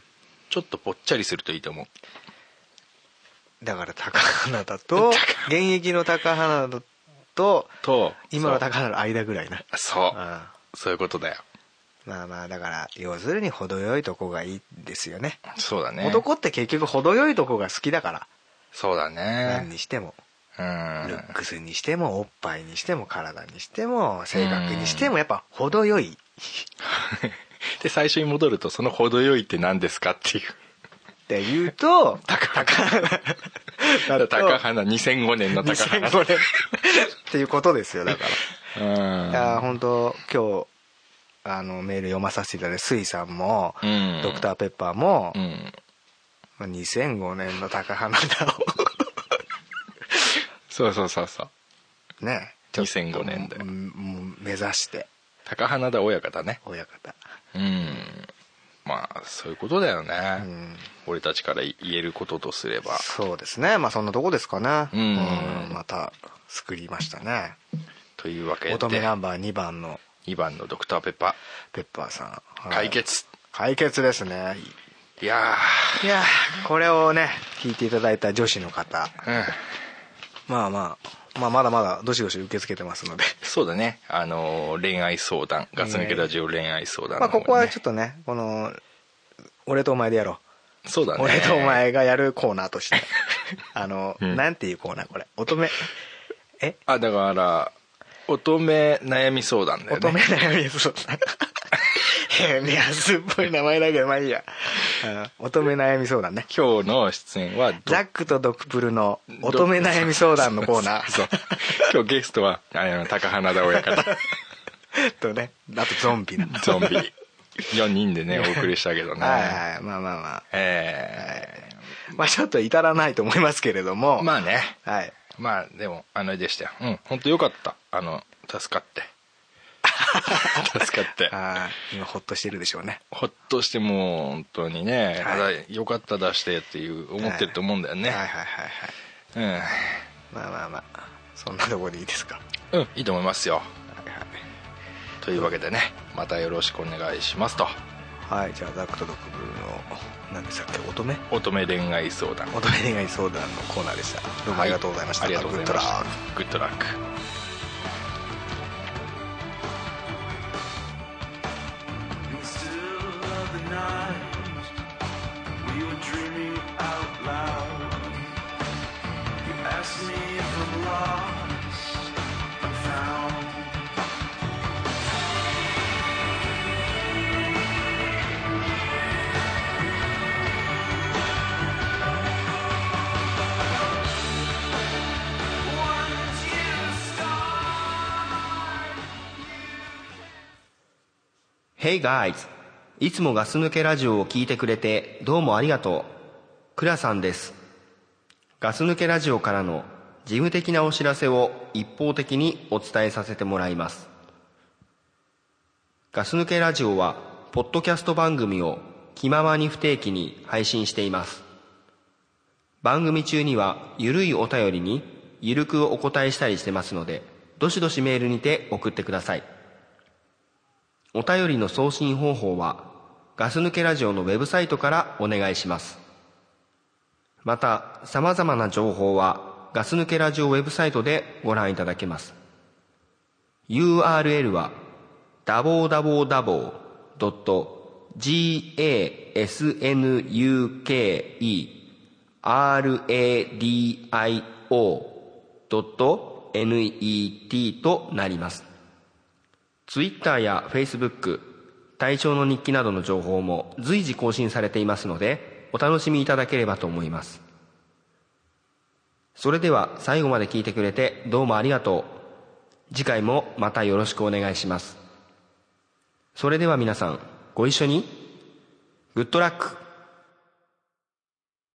S4: ちょっとぽっちゃりするといいと思う
S3: だから 高花だと現役の高花だと
S4: と
S3: 今の高花の間ぐらいな
S4: そう
S3: うん
S4: そうそういうことだよ
S3: まあまあだから要するに程よいとこがいいですよね
S4: そうだね
S3: 男って結局程よいとこが好きだから
S4: そうだ
S3: 何
S4: ね
S3: にしても
S4: う
S3: ル
S4: ん
S3: ックスにしてもおっぱいにしても体にしても性格にしてもやっぱ程よい
S4: で最初に戻るとその程よいって何ですかっていう
S3: って言うと
S4: 高
S3: だ
S4: 花
S3: と
S4: 高花2005年の高花
S3: 2005年っていうことですよだからいやー本当今日あのメール読まさせていただいてスイさんも、
S4: うん
S3: ドクターペッパーも
S4: う、ん
S3: まあ2005年の高花だを
S4: そうそうそうそう
S3: ねちょっと
S4: 2005年で
S3: うんもう目指して
S4: 高花田親方ね
S3: 親方
S4: うんまあそういうことだよね、
S3: うん
S4: 俺たちから言えることとすれば
S3: そうですねまあそんなとこですかね
S4: うん
S3: うんまた作りましたね
S4: というわけで
S3: 乙女ナンバー2番の
S4: 2番の「ドクターペッパ
S3: ペッパーさん、は
S4: ー」
S3: い
S4: 解決、
S3: 解決ですね
S4: い、や
S3: いやーこれをね聞いていただいた女子の方
S4: ーうん
S3: まあまあまあまだまだどしどし受け付けてますので
S4: そうだねあのー恋愛相談ガス抜けラジオ恋愛相談
S3: まあここはちょっ
S4: っ
S3: とねこの俺とお前でやろ
S4: とそうだ
S3: う
S4: ね
S3: 俺とお前がやるコーナーとしてあの、
S4: うん
S3: なんていうコーナーこれ乙女え
S4: あだから乙女悩み相談だよ
S3: 乙
S4: ね
S3: 女悩み相談変に安っぽい名前だけどまあいいや、うん、乙女悩み相談ね
S4: 今日の出演はど
S3: ザックとドクプルの乙女悩み相談のコーナ
S4: そう
S3: ー
S4: 今日ゲストはあの高花田 親方
S3: とねあとゾンビな
S4: ゾンビ4人でねお送りしたけどね、
S3: はいはいまあまあまあ
S4: え
S3: まあちょっと至らないと思いますけれども
S4: ーまあね
S3: はい
S4: まあでもあのでしたようん本当よかったあの助かって 助かって
S3: あー今ホッとしてるでしょうね
S4: ほっとしてもう本当にね、
S3: は
S4: あらよかった出してっていう思ってると思うんだよね、
S3: はいはいはいはいまあまあまあそんなところでいいですか
S4: うん、うん、いいと思いますよ
S3: はいは
S4: というわけでねまたよろしくお願いしますと
S3: い、はい、じゃあザックとドクプルの何でしたっけ乙女
S4: 乙女恋愛相談
S3: 乙女恋愛相談のコーナーでしたどうもありがとうございました、
S4: ありがとうございましたグッドラック
S2: In the still of the night, we were dreaming out loud. You asked me if I'm lost, I'm found. Once you start.
S5: Hey guys! いつもガス抜けラジオを聞いてくれてどうもありがとう。クラさんです。ガス抜けラジオからの事務的なお知らせを一方的にお伝えさせてもらいます。ガス抜けラジオは、ポッドキャスト番組を気ままに不定期に配信しています。番組中には、ゆるいお便りに、ゆるくお答えしたりしてますので、どしどしメールにて送ってください。お便りの送信方法は、ガス抜けラジオのウェブサイトからお願いします。また、様々な情報は、ガス抜けラジオウェブサイトでご覧いただけます。URL は、www.gasnukeradio.net となります。ツイッターやフェイスブック対象の日記などの情報も随時更新されていますので、お楽しみいただければと思います。それでは最後まで聞いてくれてどうもありがとう。次回もまたよろしくお願いします。それでは皆さん、ご一緒に、グッドラック